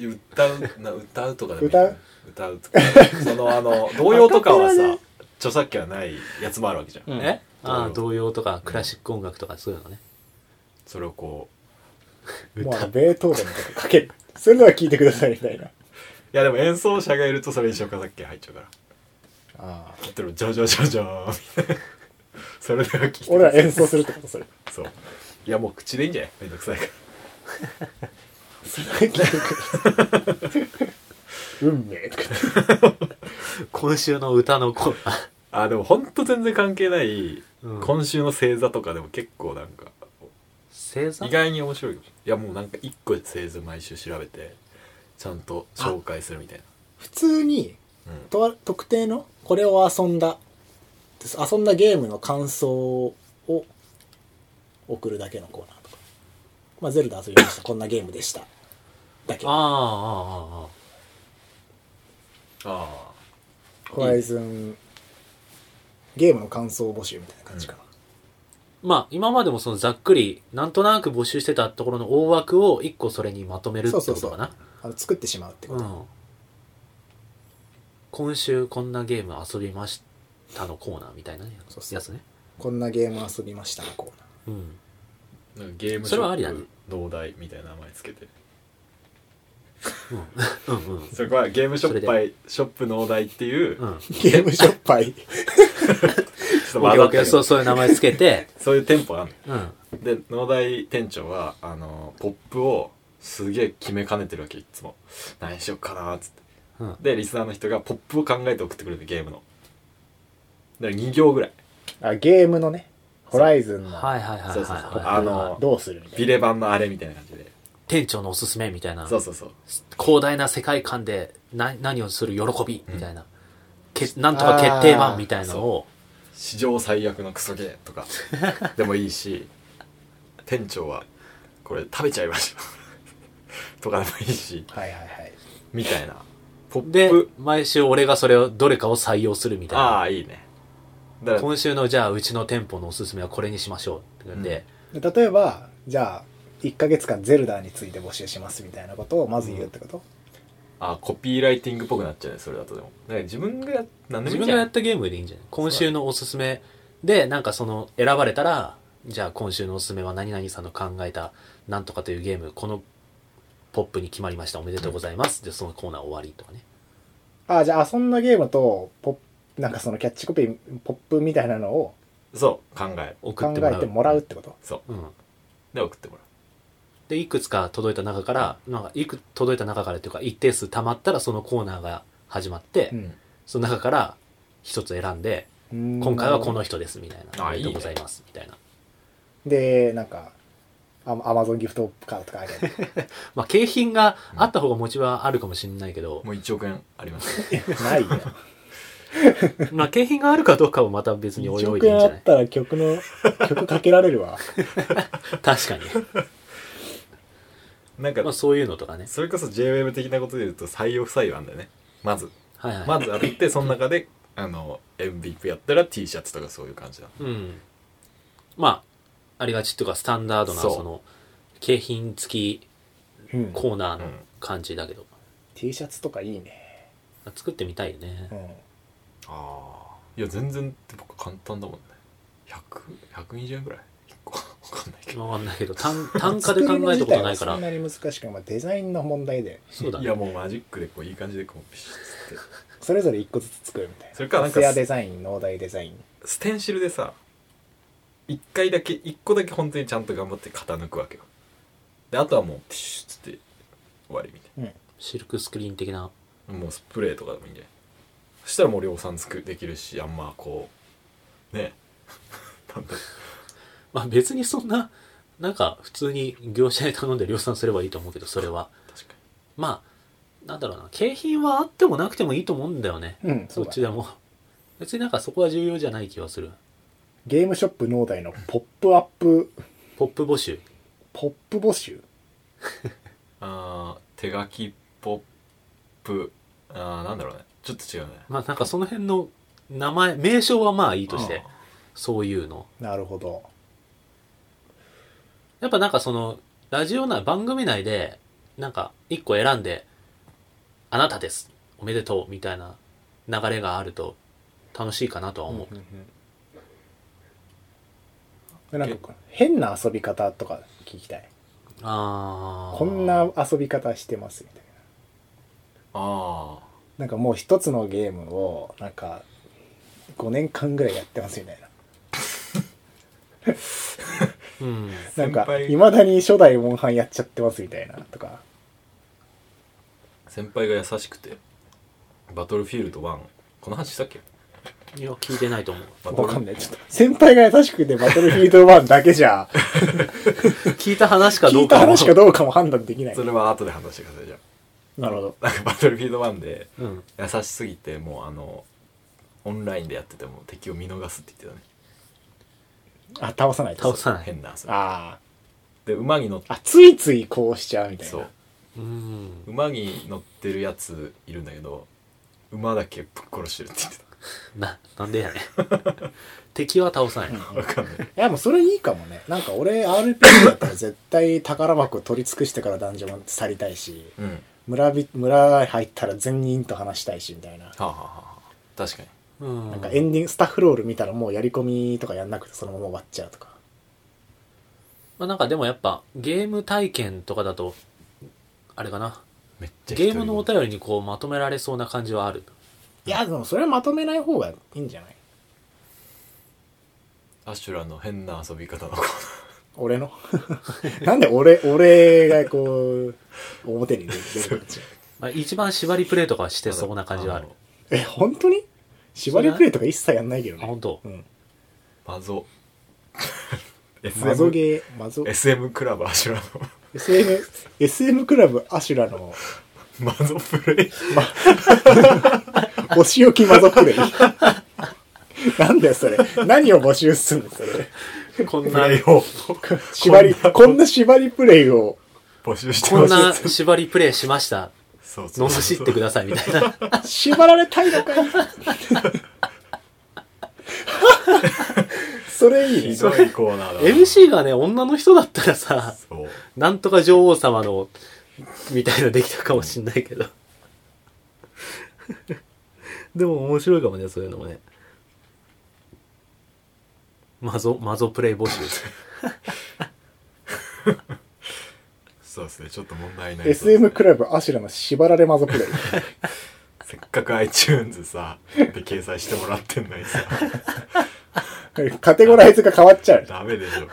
S3: 歌うな歌うとかでもいい
S2: 歌う
S3: 歌うとかそのあ の童謡とかはさ著作権はないやつもあるわけじゃん、
S2: うん
S1: えああ
S3: 童
S1: 童謡とかクラシック音楽とかそういうのね
S3: それをこ
S2: もうあのベートーベンとかかけるそれでは聞いてくださいみたいな
S3: ういやでも演奏者がいるとそれ一緒著作権入っちゃうから
S2: ああ
S3: 例えば「ジョジョジョジョ」みたいなそれでは聞いてください
S2: 俺ら演奏するってことそれ
S3: そういやもう口でいいんじゃないめんどくさいから
S2: それ聞いてく ださい運命とか
S1: 今週の歌のコーナー
S3: あでもほんと全然関係ない、
S1: うん
S3: 今週の星座とかでも結構なんか
S1: 星座
S3: 意外に面白いかもしれないいやもうなんか一個星座毎週調べてちゃんと紹介するみたいな
S2: 普通に
S3: うん
S2: とあ特定のこれを遊んだ遊んだゲームの感想を送るだけのコーナーとか「まあ、ゼルダ遊びましたこんなゲームでした」だけ
S1: ああああああ
S3: あ
S2: 「ホライズン」ゲームの感想募集みたいな感じかな、
S1: まあ今までもそのざっくりなんとなく募集してたところの大枠を一個それにまとめるって
S2: そう
S1: こ
S2: そう
S1: と
S2: そう
S1: かな
S2: あの作ってしまうってこ
S1: う
S2: と、
S1: ん今週こんなゲーム遊びましたのコーナーみたいなね
S2: そうそう
S1: やつね
S2: こんなゲーム遊びましたのコーナー
S1: うん
S3: あなんかゲームシ
S1: そ
S3: ョ
S1: れはありだ
S3: ッ
S1: ね
S3: プ農大みたいな名前つけて
S1: うんうんうん
S3: そこはゲームショップパイショップ農大っていう、
S1: う
S3: ちょ
S1: ん
S2: ゲームショッパイ
S3: っと
S1: オッケー
S3: 混ざ
S1: オッ
S3: った
S1: ケー
S3: け
S1: そう
S3: ど
S1: そういう名前つけて
S3: そう いう店舗がある
S1: うん
S3: ので農大店長はあのポップをすげえ決めかねてるわけいつも何しよっかなーっつって
S1: うん
S3: でリスナーの人がポップを考えて送ってくれるゲームのだから2行ぐらい
S2: あゲームのね「ホライズン」の
S1: はいはいはいはい
S3: そうそうそう
S1: は
S3: あ
S1: い
S3: の
S2: どうするみたい
S3: ビ
S2: な
S3: レ版のあれみたいな感じで
S1: 店長のおすすめみたいな
S3: そうそうそう
S1: 広大な世界観でな何をする喜びみたいな、けなんとか決定
S2: あー
S1: 版みたいなのを
S3: 史上最悪のクソゲー とかでもいいし店長はこれ食べちゃいました とかでもいいし
S2: はいはいはい
S3: みたいなポッ
S1: で
S3: プ
S1: 毎週俺がそれをどれかを採用するみたいな
S3: ああいいねだから
S1: 今週のじゃあうちの店舗のおすすめはこれにしましょうってんで、
S2: で例えばじゃあ1ヶ月間ゼルダについて募集しますみたいなことをまず言うってこと、
S3: あーコピーライティングっぽくなっちゃうねそれだとでもだから自分がや何でも
S1: 自
S3: いいん
S1: 分
S3: じ
S1: が
S3: ゃな
S1: や
S3: い
S1: ったゲームでいいんじゃない今週のおすすめでなんかその選ばれたらじゃあ今週のおすすめは何々さんの考えたなんとかというゲームこのポップに決まりましたおめでとうございますでそのコーナー終わりとかね
S2: あじゃあ遊んだゲームとポップなんかそのキャッチコピーポップみたいなのを
S3: そう考える
S1: 送
S2: 考
S1: っても
S2: え
S1: らう
S2: てもらうってこと
S3: そう
S1: うん
S3: で送ってもら
S1: でいくつか届いた中からなんかいく届いた中からっていうか一定数溜まったらそのコーナーが始まって、
S2: うん
S1: その中から一つ選んで今
S2: 今
S1: 回はこの人ですみたいな
S3: あ
S1: おめでと
S3: いいう
S1: ご
S3: ね
S1: ざいますみたいな
S2: でなんかアマアマゾンギフトカードとかあるや
S1: まあ、景品があった方が持ちはあるかもしれないけど、
S3: もう1億円ありま す
S2: つないよ
S1: まあ、景品があるかどうかもまた別におい
S2: 1
S1: おい
S2: 億
S1: でいいん
S2: 円
S1: じ
S2: あ
S1: ゃない
S2: ったら曲の曲かけられ るわ
S1: 確かに。
S3: なんか
S1: まあ、そういうのとかね。
S3: それこそ JWEB 的なことで言うと採用不採用なんだよねまず
S1: はいはい。
S3: まずあってその中であの MVP やったら T シャツとかそういう感じだ
S1: うん。まあ、ありがちというか、スタンダードな、
S3: そう
S1: その、景品付き
S2: うん
S1: コーナーの
S3: うん
S1: 感じだけど、
S2: T シャツとかいいね
S1: 作ってみたいよね
S2: う。ん
S3: ああいや全然って僕簡単だもんね100120円ぐらい1個わかんないけど
S1: わかんないけど、単単価で考えたことないから
S2: 作るの自体はそん、なに難しくないまあデザインの問題で
S1: そうだ
S3: い
S1: ね
S3: や。もうマジックでこういい感じでこうピシッつって
S2: それぞれ一個ずつ作るみたいな
S3: それかなんか
S2: スペアデザイン農大デザイン
S3: ステンシルでさ1回だけ1個だけ本当にちゃんと頑張って型抜くわけよであとはもうピシッつって終わりみたい
S2: うん
S1: シルクスクリーン的な。
S3: なもうスプレーとかでもいいんじゃないそしたらもう量産つくできるしあんまこうね なんだろう
S1: まあ別にそんな、なんか普通に業者に頼んで量産すればいいと思うけど、それは。
S3: 確かに
S1: まあ、なんだろうな、景品はあってもなくてもいいと思うんだよね。
S2: うん
S1: そ
S2: そう
S1: っ
S2: だ
S1: ちでも。 別になんかそこは重要じゃない気はする。
S2: ゲームショップ農大のポップアップ
S1: ポップ募集。
S2: ポップ募集
S3: あー手書きポップあーなんだろうねちょっと違うね
S1: まあなんかその辺の名前、名称はまあいいとして
S3: あ、
S1: そういうの。
S2: なるほど
S1: やっぱなんかその、ラジオ内、番組内で、なんか一個選んで、あなたです。おめでとう。みたいな流れがあると楽しいかなとは思う。
S2: でなんかこう変な遊び方とか聞きたい
S1: ああ。
S2: こんな遊び方してますみたいな
S3: あ
S2: なんかもう一つのゲームをなんか5年間ぐらいやってますみたいな
S1: うん。
S2: なんか
S3: 先輩
S2: いまだに初代モンハンやっちゃってますみたいなとか
S3: ー先輩が優しくてバトルフィールド1この話したっけ
S1: いや、聞いてないと思う。
S3: バト
S2: わ
S3: ル
S2: かんないちょっと先輩が優しくてバトルフィールド1だけじ ゃ
S1: 聞いた話かど
S2: 聞
S1: う
S2: いた
S1: かも
S2: 話かどうかも判断できない
S3: それは後で話してくださいじゃ
S2: なるほど
S3: あなんかバトルフィールド1で
S1: うん。
S3: 優しすぎてもうあのオンラインでやってても敵を見逃すって言って
S2: あ倒さないと
S1: 倒さ
S3: たね
S1: ない。
S3: 変な遊び
S2: あ
S3: で馬に乗っ
S2: ああついついこうしちゃうみたいな
S3: そう
S1: うん。
S3: 馬に乗ってるやついるんだけど馬だけぶっ殺してるって言って
S1: な、なんでやねん。敵は倒さない。
S3: たわかんない
S2: いや、もうそれいいかもね。なんか俺 RPG だったら絶対宝箱取り尽くしてからダンジョン去りたいし、
S3: うんは
S2: 村び、村入ったら全員と話したいし、みたいな。
S3: あ、はあはあ、確かに
S1: うん。
S2: なんかエンディング、スタッフロール見たらもうやり込みとかやんなくてそのまま終わっちゃうとか。
S1: まあなんかでもやっぱゲーム体験とかだと、あれかな。
S3: めっちゃ
S1: ゲームのお便りにこうまとめられそうな感じはある。
S2: いや、でもそれはまとめない方がいいんじゃない
S3: アシュラの変な遊び方のコーナー
S2: 俺の。なんで俺、俺がこう、表に出出る感 じ。
S1: まあ、一番縛りプレイとかはしてそうな感じはある。
S2: え、本当に縛りプレイとか一切やんないけど
S1: あ、
S2: ね
S1: 本。当
S2: う。ん。
S3: マ ゾ SM
S2: マゾゲー、マゾ、
S3: SM クラブアシュラの
S2: SM、SM クラブアシュラの
S3: マゾプレイ
S2: お仕置きマゾプレイ。なんだよ、それ。何を募集すんの、それ。
S1: こん
S3: プ
S1: な、
S3: レイを
S2: 縛り、
S3: こんな
S2: こんな縛りプレイを、
S3: 募集して
S1: こ
S3: ま
S1: ん
S3: す
S1: な縛りプレイしました。
S3: そうそうそう
S1: 罵ってくださいみ たいな。
S2: 縛られたいのかよ。 それいいね
S3: ひ。どいコーナーだな
S1: MC がね、女の人だったらさ、
S3: そう
S1: なんとか女王様の、みたいなできたかもしんないけど。 でも面白いかもね、そういうのもね。マゾ、マゾプレイ募集。
S3: そうですねちょっと問題ない
S2: SM クラブアシュラの縛られマゾプレイ。
S3: せっかく iTunes さで掲載してもらってんのに さ
S2: カテゴライズが変わっちゃう。
S3: ダメでしょ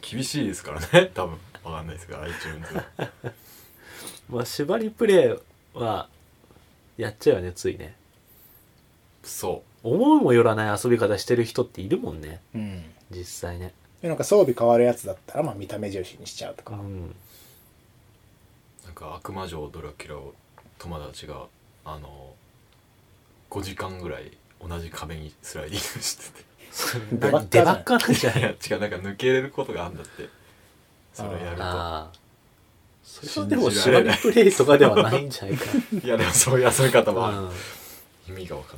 S3: 厳しいですからね多分わかんないですけど iTunes
S1: まあ、縛りプレイは、やっちゃうよね、ついね。
S3: そ
S1: 思いもよらない遊び方してる人っているもんね、
S2: うん。
S1: 実際ね。
S2: でなんか装備変わるやつだったら、まあ、見た目重視にしちゃうと
S1: う
S2: か、
S1: ん
S3: なんか悪魔城ドラキュラを友達があの5時間ぐらい同じ壁にスライディングしてて
S2: 出ばっかじ
S1: 出
S2: ゃ
S1: ば
S2: ない
S1: っかなんじゃないい
S3: や違うなんか抜けれることがあんだってそれをやると
S1: ああそれはでも
S3: 信じ
S1: 縛
S3: ら
S1: り
S3: れない
S1: プレイとかではないんじゃない か
S3: いやでもそういう遊び方もある
S1: うん
S3: 意味がわかん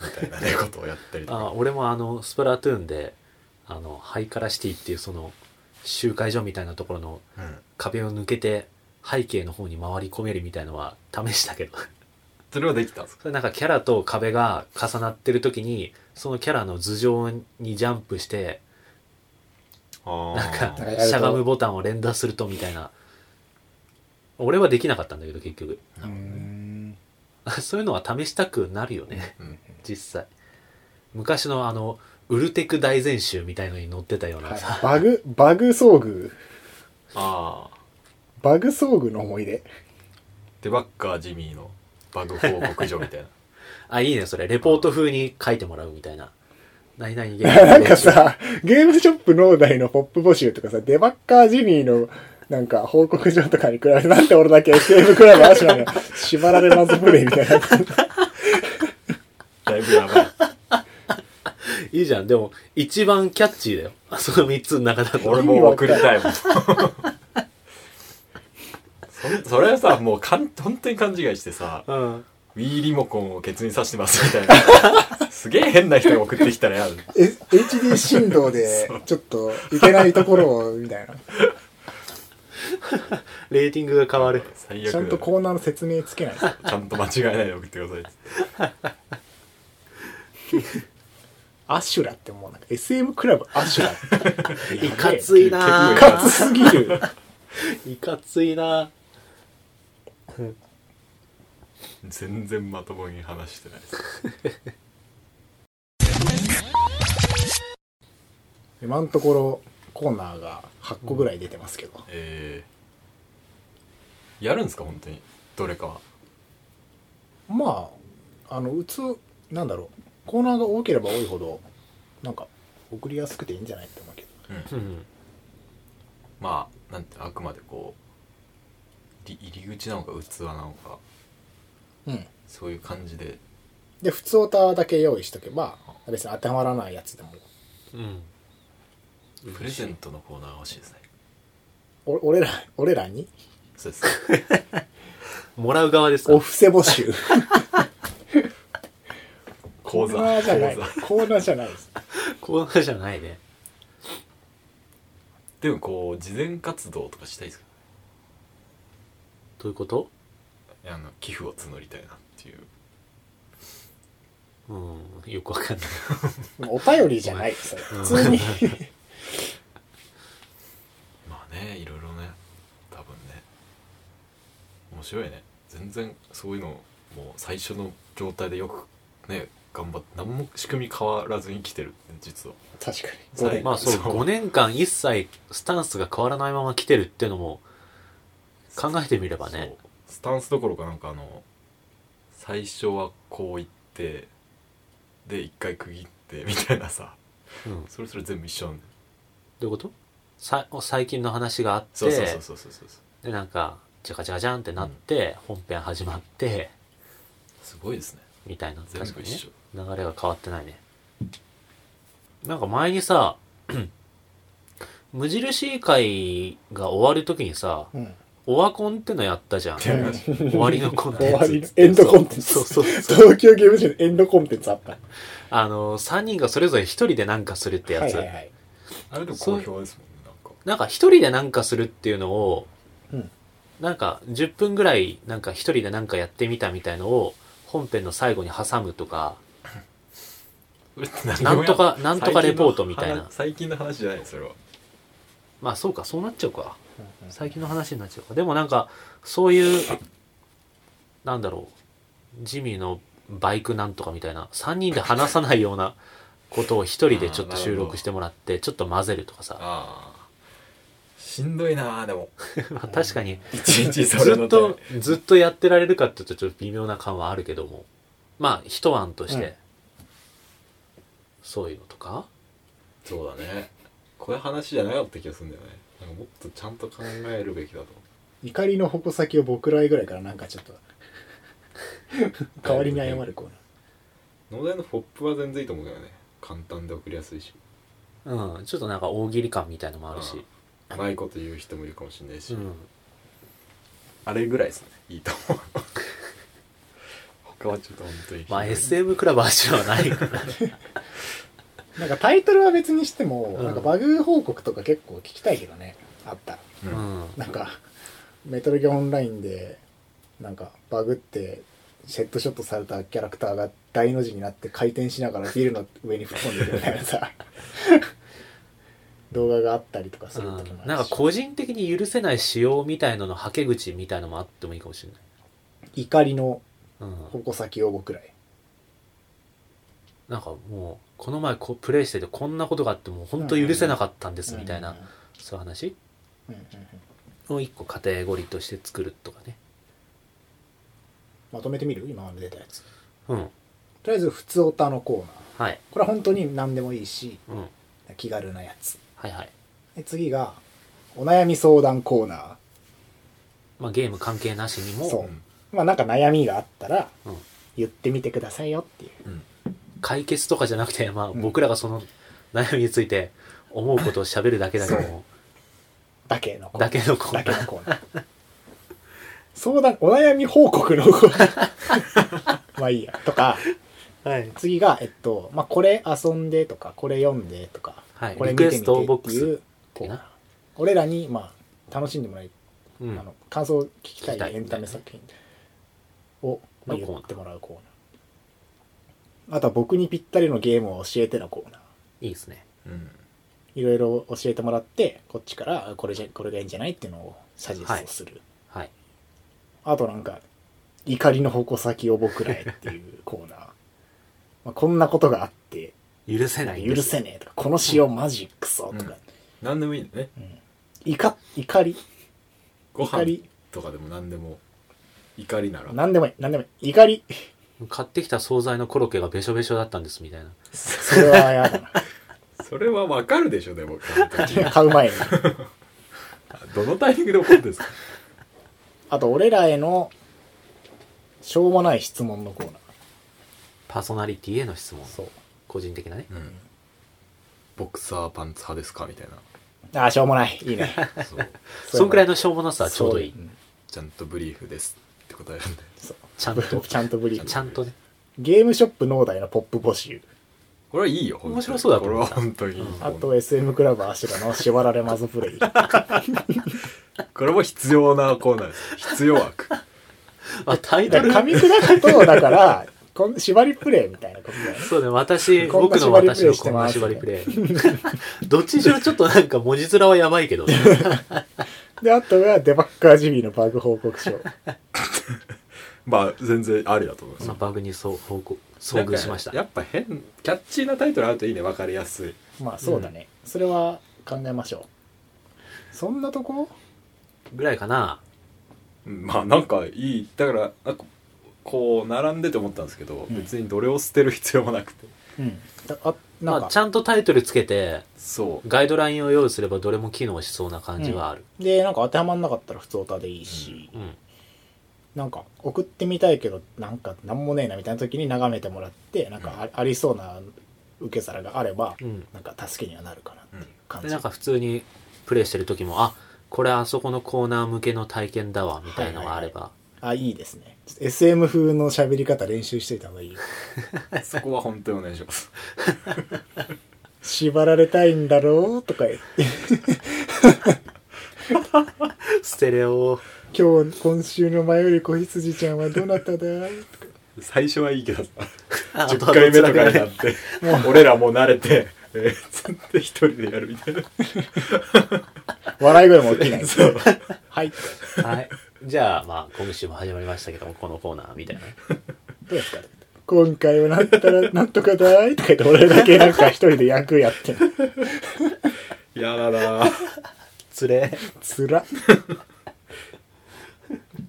S3: ないみたいなねことをやったりと
S1: あ
S3: か
S1: 俺もあのスプラトゥーンであのハイカラシティっていうその集会所みたいなところの
S3: うん
S1: 壁を抜けて背景の方に回り込めるみたいのは試したけど
S3: それはできたんですか
S1: それなんかキャラと壁が重なってる時にそのキャラの頭上にジャンプしてなんか
S2: ー
S1: しゃがむボタンを連打するとみたいな俺はできなかったんだけど結局
S2: うーん
S1: そういうのは試したくなるよね
S3: うん
S1: 実際昔のあのウルテク大全集みたいのに載ってたようなさ、
S2: はい、バグバグ遭遇
S3: ああ
S2: バグ遭遇の思い出
S3: デバッカージミーのバグ報告所み たいな
S1: あいいねそれレポート風に書いてもらうみたいな何々ゲーム
S2: なんかさ、ゲームショップ農大のポップ募集とかさ、デバッカージミーのなんか報告書とかに比べて、なんで俺だけ SM クラブアシュラが縛られマズプレイみたいな。
S3: だいぶやばい
S1: いいじゃんでも一番キャッチーだよ あその3つの中だと
S3: 俺も送りたい もんそそれはさもうかん本当に勘違いしてさ
S1: うん、
S3: 「Wii リモコンをケツに刺してます」みた いなすげえ変な人が送ってきたらやる
S2: S- HD 振動で、ちょっといけないところを、みたいな。
S1: レーティングが変わる
S3: 最悪
S2: ちゃんとコーナーの説明つけない。
S3: ちゃんと間違えないで送ってくださいって
S2: アシュラってもうなんか SM クラブアシュラって。
S1: いかついなぁ
S2: いかつすぎる。
S1: いかついな
S3: 全然まともに話してないです
S2: 今のところコーナーが8個ぐらい出てますけど。
S3: えー、やるんですか本当にどれかは
S2: まああのうつなんだろうコーナーが多ければ多いほどなんか送りやすくていいんじゃないって思うけど
S1: うん
S3: まあなんてあくまでこうり入り口なのか器なのか
S2: うん
S3: そういう感じで
S2: で普通オタだけ用意しとけば別に当てはまらないやつでも
S1: うん
S3: プレゼントのコーナーが欲しいですね
S2: お俺ら俺らに
S3: そうですね
S1: もらう側ですか
S2: お布施募集
S3: 講座
S2: コーナーじゃない
S3: 講座
S2: コーナーじゃないです
S1: コーナーじゃないね
S3: でもこう慈善活動とかしたいですか
S1: どういうこと
S3: いやあの寄付を募りたいなっていう
S1: うんよくわかんない
S2: お便りじゃないです普通に
S3: まあねいろいろね多分ね面白いね全然そういうのもう最初の状態でよくね頑張って何も仕組み変わらずに来てるって実は
S2: 確かに
S3: そう
S2: 五年
S1: まあそう
S3: そう
S1: 5年間一切スタンスが変わらないまま来てるっていうのも考えてみればね
S3: そうスタンスどころかなんかあの最初はこう言ってで一回区切って みたいなさ
S1: うんど
S3: それそれ全部一緒なんだよ
S1: ういうことさ最近の話があって
S3: そうそうそうそうそうそう
S1: でなんかジャカジャカジャンってなって、本編始まって
S3: すごいですね
S1: みたいな
S3: 全
S1: 確か
S3: 部
S1: に
S3: 一
S1: ね
S3: 緒
S1: 流れが変わってないねなんか前にさ 無印会が終わる時にさ
S2: うん
S1: オワコンってのやった じゃん
S3: やりまし
S1: 終わりのコンテ
S2: 終
S1: ン
S2: わ
S1: ツ
S2: りのエンドコンテンツ
S1: そうそうそうそう
S2: 東京ゲームショウのエンドコンテンツあった
S1: あの3人がそれぞれ1人でなんかするってやつ、
S2: はいはいはい
S3: あれでも好評ですもんねなんか
S1: なんか1人でなんかするっていうのを、
S2: うん
S1: なんか10分ぐらいなんか1人でなんかやってみたみたいのを本編の最後に挟むとか
S3: それって何
S1: な
S3: をや
S1: んとかなんとかレポートみたいな
S3: 最近の話最近の話じゃないそれは
S1: まあそうかそうなっちゃうか
S2: うんうん
S1: 最近の話になっちゃうかでもなんかそういうなんだろうジミーのバイクなんとかみたいな3人で話さないようなことを1人でちょっと収録してもらってちょっと混ぜるとかさ、
S3: ああしんどいなあでも
S1: まあ、確かに
S3: 一日そ
S1: ず
S3: れ
S1: っ
S3: の
S1: とずっとやってられるかっていうとちょっと微妙な感はあるけどもまあ一案として、
S2: うん
S1: そういうのとか
S3: そうだねこれ話じゃなかった気がするんだよねなんかもっとちゃんと考えるべきだと思
S2: 怒りの矛先を僕らへぐらいからなんかちょっと 代わりに謝るコーナー
S3: う農大のポップは全然いいと思うけどね簡単で送りやすいし
S1: うん、ちょっとなんか大喜利感みたいのもあるし、
S3: うまいこと言う人もいるかもしれないし、
S1: うん、
S3: あれぐらいですねいいと思う 他はちょっと本当に
S1: まあ SM クラブは知ら ないから
S2: なんかタイトルは別にしても、
S1: うん
S2: なんかバグ報告とか結構聞きたいけどねあったら
S3: う
S1: うんん、
S2: なんかメトロギアオンラインでなんかバグってシェットショットされたキャラクターが大の字になって回転しながらビルの上に吹っ飛んでるみたいな さ動画があったりとかす
S1: う
S2: る時もある
S1: ん
S2: し、
S1: なんか個人的に許せない仕様みたいののはけ口みたいのもあってもいいかもしれない、
S2: 怒りの
S1: うん、
S2: 矛先を僕らへ
S1: なんかもうこの前こうプレイしててこんなことがあってもう本当許せなかったんですみたいな、そういう話
S2: うんうんうんうん
S1: を一個カテゴリーとして作るとかね
S2: まとめてみる今まで出たやつと
S1: うん
S2: りあえず「普通オタ」のコーナー
S1: はい、
S2: これは本当に何でもいいし
S1: うん、
S2: 気軽なやつ
S1: はいはい
S2: で次がお悩み相談コーナー
S1: まあゲーム関係なしにも
S2: そうまあなんか悩みがあったら
S1: うん
S2: 言ってみてくださいよっていう
S1: 解決とかじゃなくて、まあ、
S2: うん
S1: 僕らがその悩みについて思うことを喋るだけだけども、
S2: だけのコーナ
S1: だ
S2: ー
S1: けのコーナ
S2: だけ
S1: ー。
S2: のコーナー 相談お悩み報告のコーナー まあいいやとか
S1: はい。
S2: 次がえっと、まあ、これ遊んでとかこれ読んでとか、
S1: はい
S2: これ見てみてっ
S1: リクエストボッ
S2: て
S1: ク
S2: い
S1: ス
S2: うコーナー
S1: な
S2: 俺らにまあ楽しんでもらい、
S1: う
S2: あ
S1: ん。
S2: の感想を聞きた
S1: 聞きた
S2: い
S1: い
S2: エンタメ作品を、ま
S1: の
S2: あ、言
S1: コーナー
S2: ってもらうコーナーあとは僕にぴったりのゲームを教えてのコーナー
S1: いいですね。
S3: うん
S2: いろいろ教えてもらってこっちからあこれじゃこれがいいんじゃないっていうのをサジェストする、
S1: はい。
S2: あとなんか、怒りの矛先を僕らへっていうコーナー。 まあこんなことがあって、
S1: 許せないんです。
S2: 許せねえとか、この仕様マジクソとか、
S3: 何でもいいんだね
S2: 怒怒り、
S3: ご
S2: 怒
S3: 飯
S2: り
S3: とかでも何でも怒りなら
S2: なんでもいい、なんでもいい、怒り、
S1: 買ってきた惣菜のコロッケがべしょべしょだったんです、みたいな。
S2: それはやだ
S3: それはわかるでしょ でも簡単に
S2: な。買う前に。
S3: どのタイミングで怒るんですか
S2: あと、俺らへの、しょうもない質問のコーナー。
S1: パーソナリティへの質問。
S2: そう。
S1: 個人的なね。
S3: うんボクサーパンツ派ですかみたいな
S2: ああ、しょうもない。いいね。
S3: そう
S1: そんくらいのしょうもなさはちょうどいい
S2: そ。ん
S3: ちゃんとブリーフですって答えるんで
S2: そう、
S1: ちゃんと
S2: ちゃんとブリー
S1: ちゃ
S2: フ。
S1: んとね。
S2: ゲームショップ農大のポップ募集。
S3: これはいいよ本当に
S1: 面白そうだと
S3: これ
S1: 思う
S3: は本当にいい
S1: うん
S2: あと、SM クラブ足田の縛られマゾ プレイ。
S3: これも必要なコーナーです必 要枠
S1: あ、タイト
S2: だか
S1: ル
S2: ら噛み砕くとだからこん縛りプレイみたいなことだよね
S1: そうね、私、
S2: こん
S1: 僕
S2: な
S1: の
S2: 縛りプ
S1: 私
S2: レ
S1: の
S2: イして
S1: こんな
S2: ます
S1: 縛りプレイ。 どっちにしろちょっとなんか文字面はやばいけどね。
S2: であとがデバッカージビーのバグ報告書
S3: まあ全然ありだと思います
S1: まあバグにそう報告遭遇しました
S3: なん。かやっぱ変キャッチーなタイトルあるといいねわかりやすい
S2: まあそうだね、それは考えましょうそんなとこ
S1: ぐらいかな。
S3: うんまあなんかいいだからなんかこう並んでて思ったんですけど、
S2: うん
S3: 別にどれを捨てる必要もなくて
S2: うんだあなん
S1: ま
S2: か
S1: あ、ちゃんとタイトルつけて、
S3: そう
S1: ガイドラインを用意すればどれも機能しそうな感じはある。
S2: でなんか当てはまんなかったら普通歌でいいし、
S1: うん。
S2: なんか送ってみたいけどなんかなんもねえなみたいな時に眺めてもらってなんかあ,、ありそうな受け皿があれば
S1: うん。
S2: なんか助けにはなるかなっていう感じ、
S1: で、なんか普通にプレイしてる時も、あ、これあそこのコーナー向けの体験だわ、みたいのがあれば。
S2: あいいですねちょっと SM 風の喋り方練習しといた方がいいよ
S3: そこは本当にお願いします
S2: 縛られたいんだろうとか言って
S1: ステレオ。
S2: 今日今週の前より子羊ちゃんはどなただい
S3: 最初はいいけどさ
S1: あ
S3: 10回目とかになっ。
S1: あ
S3: て俺らもう慣れて、えー、全然一人でやるみたいな
S2: 笑い声も起 きない
S3: そう
S2: はい
S1: とははい。じゃあ、まあ、今週も始まりましたけども、このコーナーみたいな。
S2: どうですか今回はなんたらなんとかだいとか言って俺だけなんか一人で役やってんの
S3: やだなぁ
S1: つれ。
S2: つら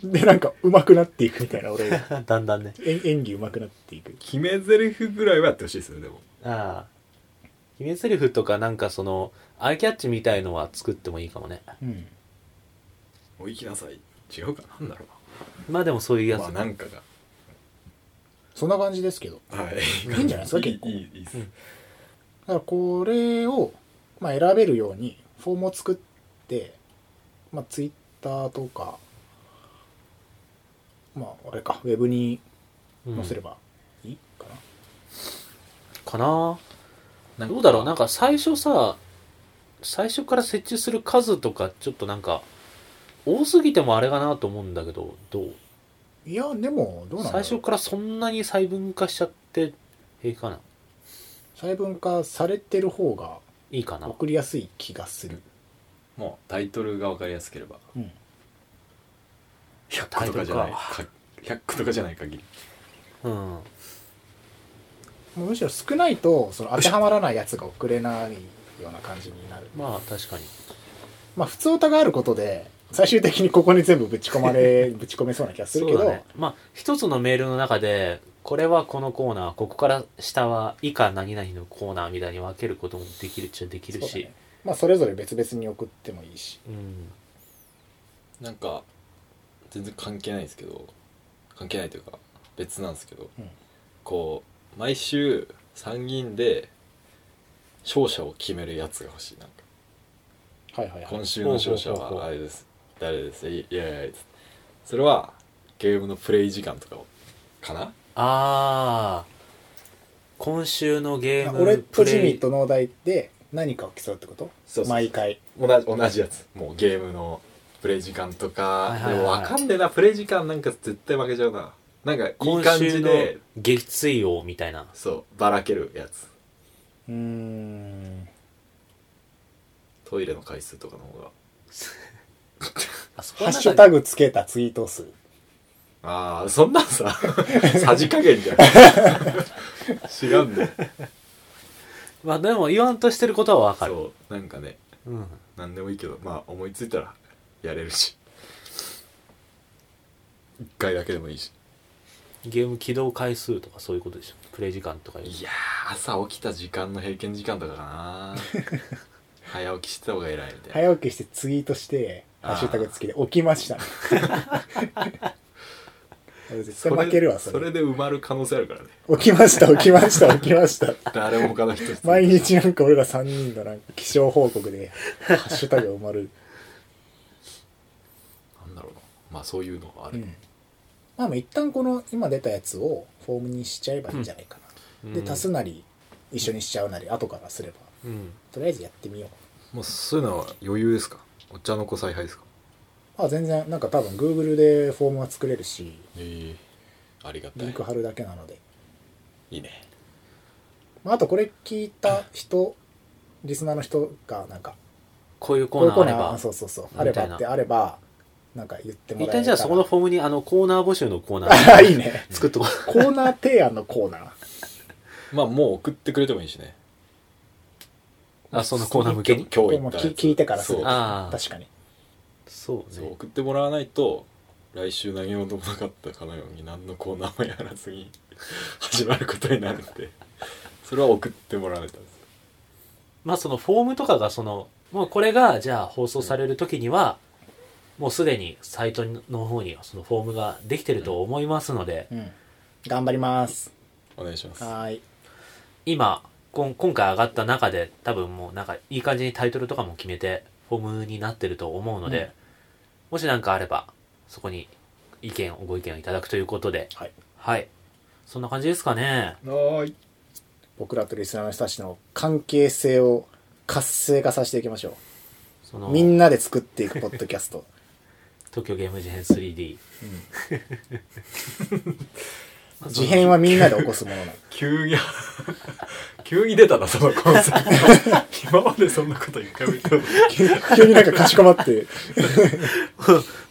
S2: でなんか上手くなっていくみたいな俺 が
S1: だんだんね。
S2: 演演技上手くなっていく
S3: 決め台詞ぐらいはやってほしいですよねでも
S1: ああ。決め台詞とかなんかそのアイキャッチみたいのは作ってもいいかもね
S2: うん。
S3: もう行きなさい違うかなんだろ
S1: まあでもそういう
S3: う
S1: や
S3: な
S1: つ、
S3: まあなんかが
S2: そんな感じですけど。
S3: はい
S2: いいんじ ゃないですか結構
S3: いいいいです
S2: だからこれを、まあ、選べるようにフォームを作って、まあ、ツイッターとかまああれかウェブに
S1: うん
S2: 載せればいいかな、
S1: かな
S3: なんか
S1: どうだろうなんか最初さ最初から設置する数とかちょっとなんか多すぎてもあれかなと思うんだけどどう
S2: いやでもどうなんだろ
S1: 最
S2: う
S1: 初からそんなに細分化しちゃって平気かな
S2: 細分化されてる方が
S1: いいかな
S2: 送りやすい気がする、
S3: もうタイトルが分かりやすければ
S2: うん、
S3: 100個とかじゃない
S1: タ
S3: か100個とかじゃない限り
S1: うん
S2: もうむしろ少ないとその当てはまらないやつが送れないような感じになる
S1: まあ確かに
S2: まあ普通歌があることで最終的にここに全部ぶち込ま れぶち込めそうな気がするけ
S1: そう
S2: ど
S1: だね、まあ一つのメールの中でこれはこのコーナーここから下は以下何々のコーナーみたいに分けることもできるっちゃできる
S2: そうだ
S1: し
S2: ねまあそれぞれ別々に送ってもいいし
S1: うん
S3: なんか全然関係ないんですけど関係ないというか別なんですけど、
S2: うん
S3: こう毎週参議院で勝者を決めるやつが欲しいなんか
S2: はいはいはい
S3: 今週の勝者
S1: ほうほうほうほう
S3: はあれです誰ですいいやいやそれはゲームのプレイ時間とかをかな
S1: ああ今週のゲーム
S2: 俺と
S1: プレイ
S2: ジミーと農大で何かを競うってこと
S3: そうそう
S2: 毎回
S3: 同じ同じやつもうゲームのプレイ時間とか
S1: はいはいはい
S3: でも分かんねえなプレイ時間なんか絶対負けちゃうななんかいい
S1: 今
S3: 感
S1: 週
S3: じ
S1: の
S3: で
S1: 月水王みたいな
S3: そうばらけるやつ
S2: うーん
S3: トイレの回数とかの方が
S1: あそこ
S2: ハッ
S1: はなん
S2: シ
S1: か
S2: ュタグつけたツイート数
S3: ああそんなん ささじ加減 じゃん違うんだよ
S1: まあでも言わんとしてることはわかる
S3: そうなんかね
S1: うん
S3: なんでもいいけどまあ思いついたらやれるし一回だけでもいいし
S1: ゲーム起動回数とかそういうことでしょプレイ時間とかより
S3: いやー朝起きた時間の平均時間とかか な早起きしてた方が偉いみたいな
S2: 早起きしてツイートして
S3: あー
S2: ハッシュタグつけて起きました 絶対負けるわそ
S3: それ
S2: れ
S3: で埋まる可能性あるからね
S2: 起きま した起きました起きました
S3: 誰も他の人
S2: 毎日なんか俺ら3人のなんか気象報告でハッシュタグ埋まる、
S3: なんだろうなまあそういうのがあ
S2: う
S3: る、
S2: ん、まあまあ一旦この今出たやつをフォームにしちゃえばいいんじゃないかな、
S1: うん
S2: で足すなり一緒にしちゃうなり後からすれば
S1: うん
S2: とりあえずやってみよう
S3: もうそういうのは余裕ですかお茶の子采配ですか
S2: あ全然なんか多分 Google でフォームは作れるし
S3: ええありがた
S2: リン
S3: い
S2: ク貼るだけなので、
S3: いいね
S2: まあ、あとこれ聞いた人リスナーの人がなんか
S1: こういうコ
S2: こう
S1: ー
S2: いう
S1: ナ
S2: コ
S1: ーあれ
S2: ーナーあ
S1: ば
S2: そうそうそう
S1: みた
S2: あ
S1: いな
S2: ればってあればなんか言ってもら
S1: 一
S2: えたら
S1: 旦じゃあそこの フォームにあのコーナー募集のコーナー
S2: あいいね
S1: 作っとこ
S2: コーナー提案のコーナー
S3: まあもう送ってくれてもいいしね
S1: う あそのコーナー向けに
S3: 今日行
S2: もう
S3: ったや
S2: 聞
S3: つ
S2: 聞いてからす
S3: そ
S2: る
S3: う
S1: ああ
S2: 確かに
S1: そう
S3: そう
S1: ね
S3: 送ってもらわないと来週何事もなかったかのように何のコーナーもやらずに始まることになるんでそれは送ってもらわれたんです
S1: まあそのフォームとかがそのもうこれがじゃあ放送される時にはもうすでにサイトの方にそのフォームができてると思いますので
S2: うん頑張ります
S3: お願いします
S2: はーい
S1: 今こん今回上がった中で多分もうなんかいい感じにタイトルとかも決めてフォームになってると思うので、
S2: うん
S1: もし何かあればそこに意見をご意見をいただくということで
S2: はい
S1: はいそんな感じですかね
S3: はい
S2: 僕らとリスナーの人たちの関係性を活性化させていきましょ、
S1: そうの
S2: みんなで作っていくポッドキ ャスト
S1: 東京ゲーム事変 3D
S2: 事変はみんなで起こすものなの
S3: 急に 急に出たなそのコンセプト 今までそんなこと一回も言ったことない
S2: 急急になんかかしこまって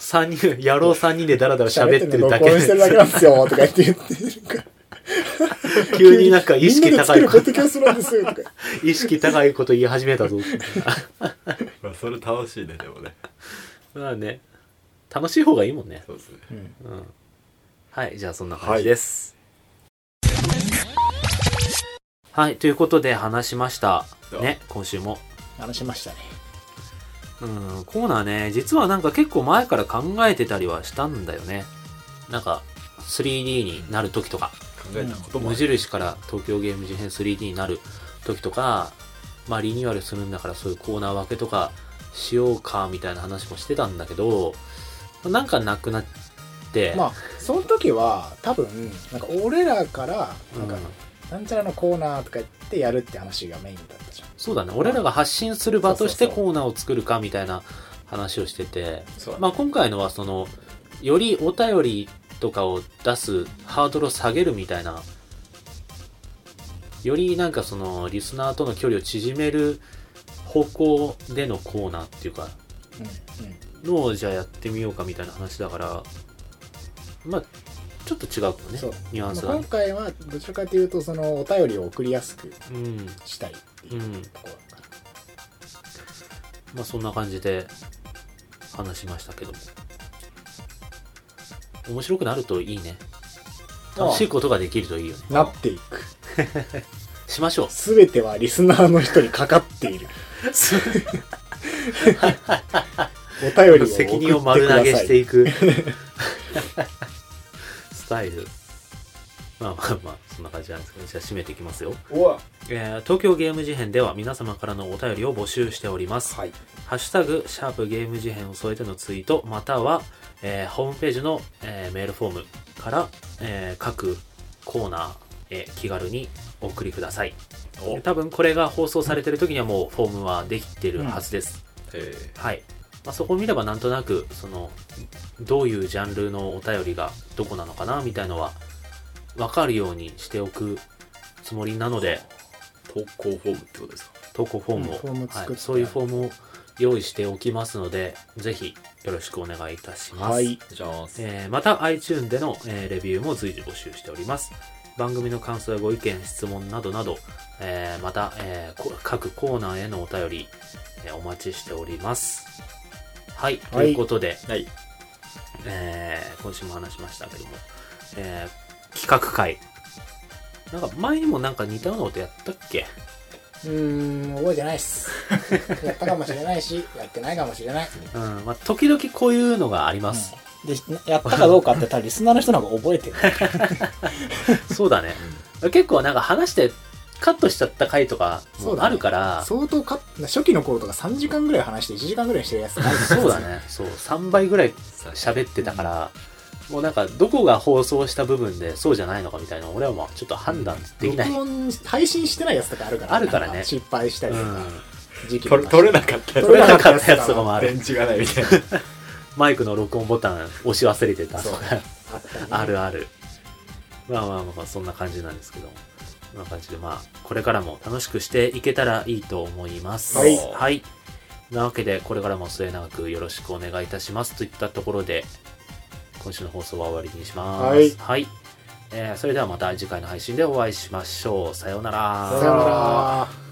S1: 3人野郎3人でダラダラ喋ってるだけ
S2: 録音してるだけなんですよとか言って言ってなんか
S1: 急になんか意識高い
S2: みんなで作るポッドキャストなんですよとか
S1: 意識高いこと言い始めたぞ
S3: まあそれ楽しいねでもね
S1: まあね楽しい方がいいもんね
S3: そうですね
S1: うんはいじゃあそんな感じです、はい、ということで話しました
S3: ど。う
S1: ね、今週も。
S2: 話しましたね。
S1: うん、コーナーね、実はなんか結構前から考えてたりはしたんだよね。なんか、3D になる時とか、
S3: 考えたこともあ
S1: 無
S3: る
S1: 印から東京ゲーム事変 3D になる時とか、まあリニューアルするんだからそういうコーナー分けとかしようかみたいな話もしてたんだけど、なんかなくなって、
S2: まあ、その時は、多分、なんか俺らから、なんか
S1: うん、
S2: なんちゃらのコーナーとか言ってやるって話がメインだったじゃん。
S1: そうだね、俺らが発信する場として
S2: そうそうそ
S1: コーナーを作るかみたいな話をしてて、
S3: そう
S1: まあ、今回のはそのよりお便りとかを出すハードルを下げるみたいなよりなんかそのリスナーとの距離を縮める方向でのコーナーっていうか
S2: うん、うん。
S1: のをじゃあやってみようかみたいな話だからまあちょっと違うかもね
S2: そう
S1: ニュアンス
S2: まあ
S1: が
S2: 今。回は、どちらかというと、その、お便りを送りやすく
S1: うん
S2: したいって
S1: う
S2: いうんところかな。
S1: まあそんな感じで話しましたけども面白くなるといいね楽しいことができるといいよね
S2: なっていく。
S1: しましょう
S2: すべてはリスナーの人にかかっ ている。お便りを送ってください。
S1: 責任を丸投げしていくスタイルまあまあまあそんな感じなんですけどじゃあ締めていきますよ、
S3: うわ
S1: えー東京ゲーム事変では皆様からのお便りを募集しております、
S2: はい。
S1: ハッシュタグ、シャープゲーム事変を添えてのツイート、または、えーホームページの、えーメールフォームから、えー各コーナーへ気軽にお送りください。
S3: お
S1: 多分これが放送されてる時にはもうフォームはできてるはずです。
S3: え
S1: はい。まあ、そこを見ればなんとなく、その、どういうジャンルのお便りがどこなのかな、みたいのは、わかるようにしておくつもりなので、
S3: ー投稿フォームってことですか
S1: 投稿フォームを、
S2: うんフォーム作って
S1: はい、そういうフォームを用意しておきますのでぜひよろしくお願いいたします、
S2: はい。
S3: じゃあ
S1: えーまた iTune での、えーレビューも随時募集しております番組の感想やご意見質問などなど、えーまた、えーこ各コーナーへのお便り、えーお待ちしておりますはい、ということで、
S3: はい
S1: えー今週も話しましたけども、えー企画会なんか前にもなんか似たようなことやったっけ
S2: うーん、覚えてない っす。やったかもしれないし、やってないかもしれない。
S1: うんまあ、時々こういうのがあります、
S2: で、やったかどうかって多分リスナーの人の方が覚えてる。
S1: そうだね、結構なんか話してカットしちゃった回とかも あるからそう,、
S2: 相当か、初期の頃とか3時間ぐらい話して1時間ぐらいしてるやつない
S1: だ。ねそう3倍ぐらい喋ってたから、もうなんかどこが放送した部分でそうじゃないのかみたいな俺はもうちょっと判断できない、
S2: 録音、配信してないやつとかあるから。
S1: あるからね
S2: なん失敗したり
S1: う
S2: と
S1: ん
S2: か、時期
S3: 取れ取れなかっ たや
S1: 取
S2: 取
S1: れ
S2: れ
S1: な
S2: な
S1: かっ
S2: かったた
S1: や
S2: や
S1: つ
S2: つ
S1: とか
S2: とか
S1: も
S2: も
S1: あ
S3: つ電
S1: る
S3: 池がないみたいな
S1: マイクの録音ボタン押し忘れてたと
S2: そう
S1: か
S2: あったね
S1: あるある。まあまあまあまあ、そんな感じなんですけど。そんな感じで、まあ、これからも楽しくしていけたらいいと思います。
S2: はい
S1: はい。なわけで、これからも末永くよろしくお願いいたします。といったところで、今週の放送は終わりにします。
S2: はい
S1: えーそれではまた次回の配信でお会いしましょう。さようなら。
S2: さよなら。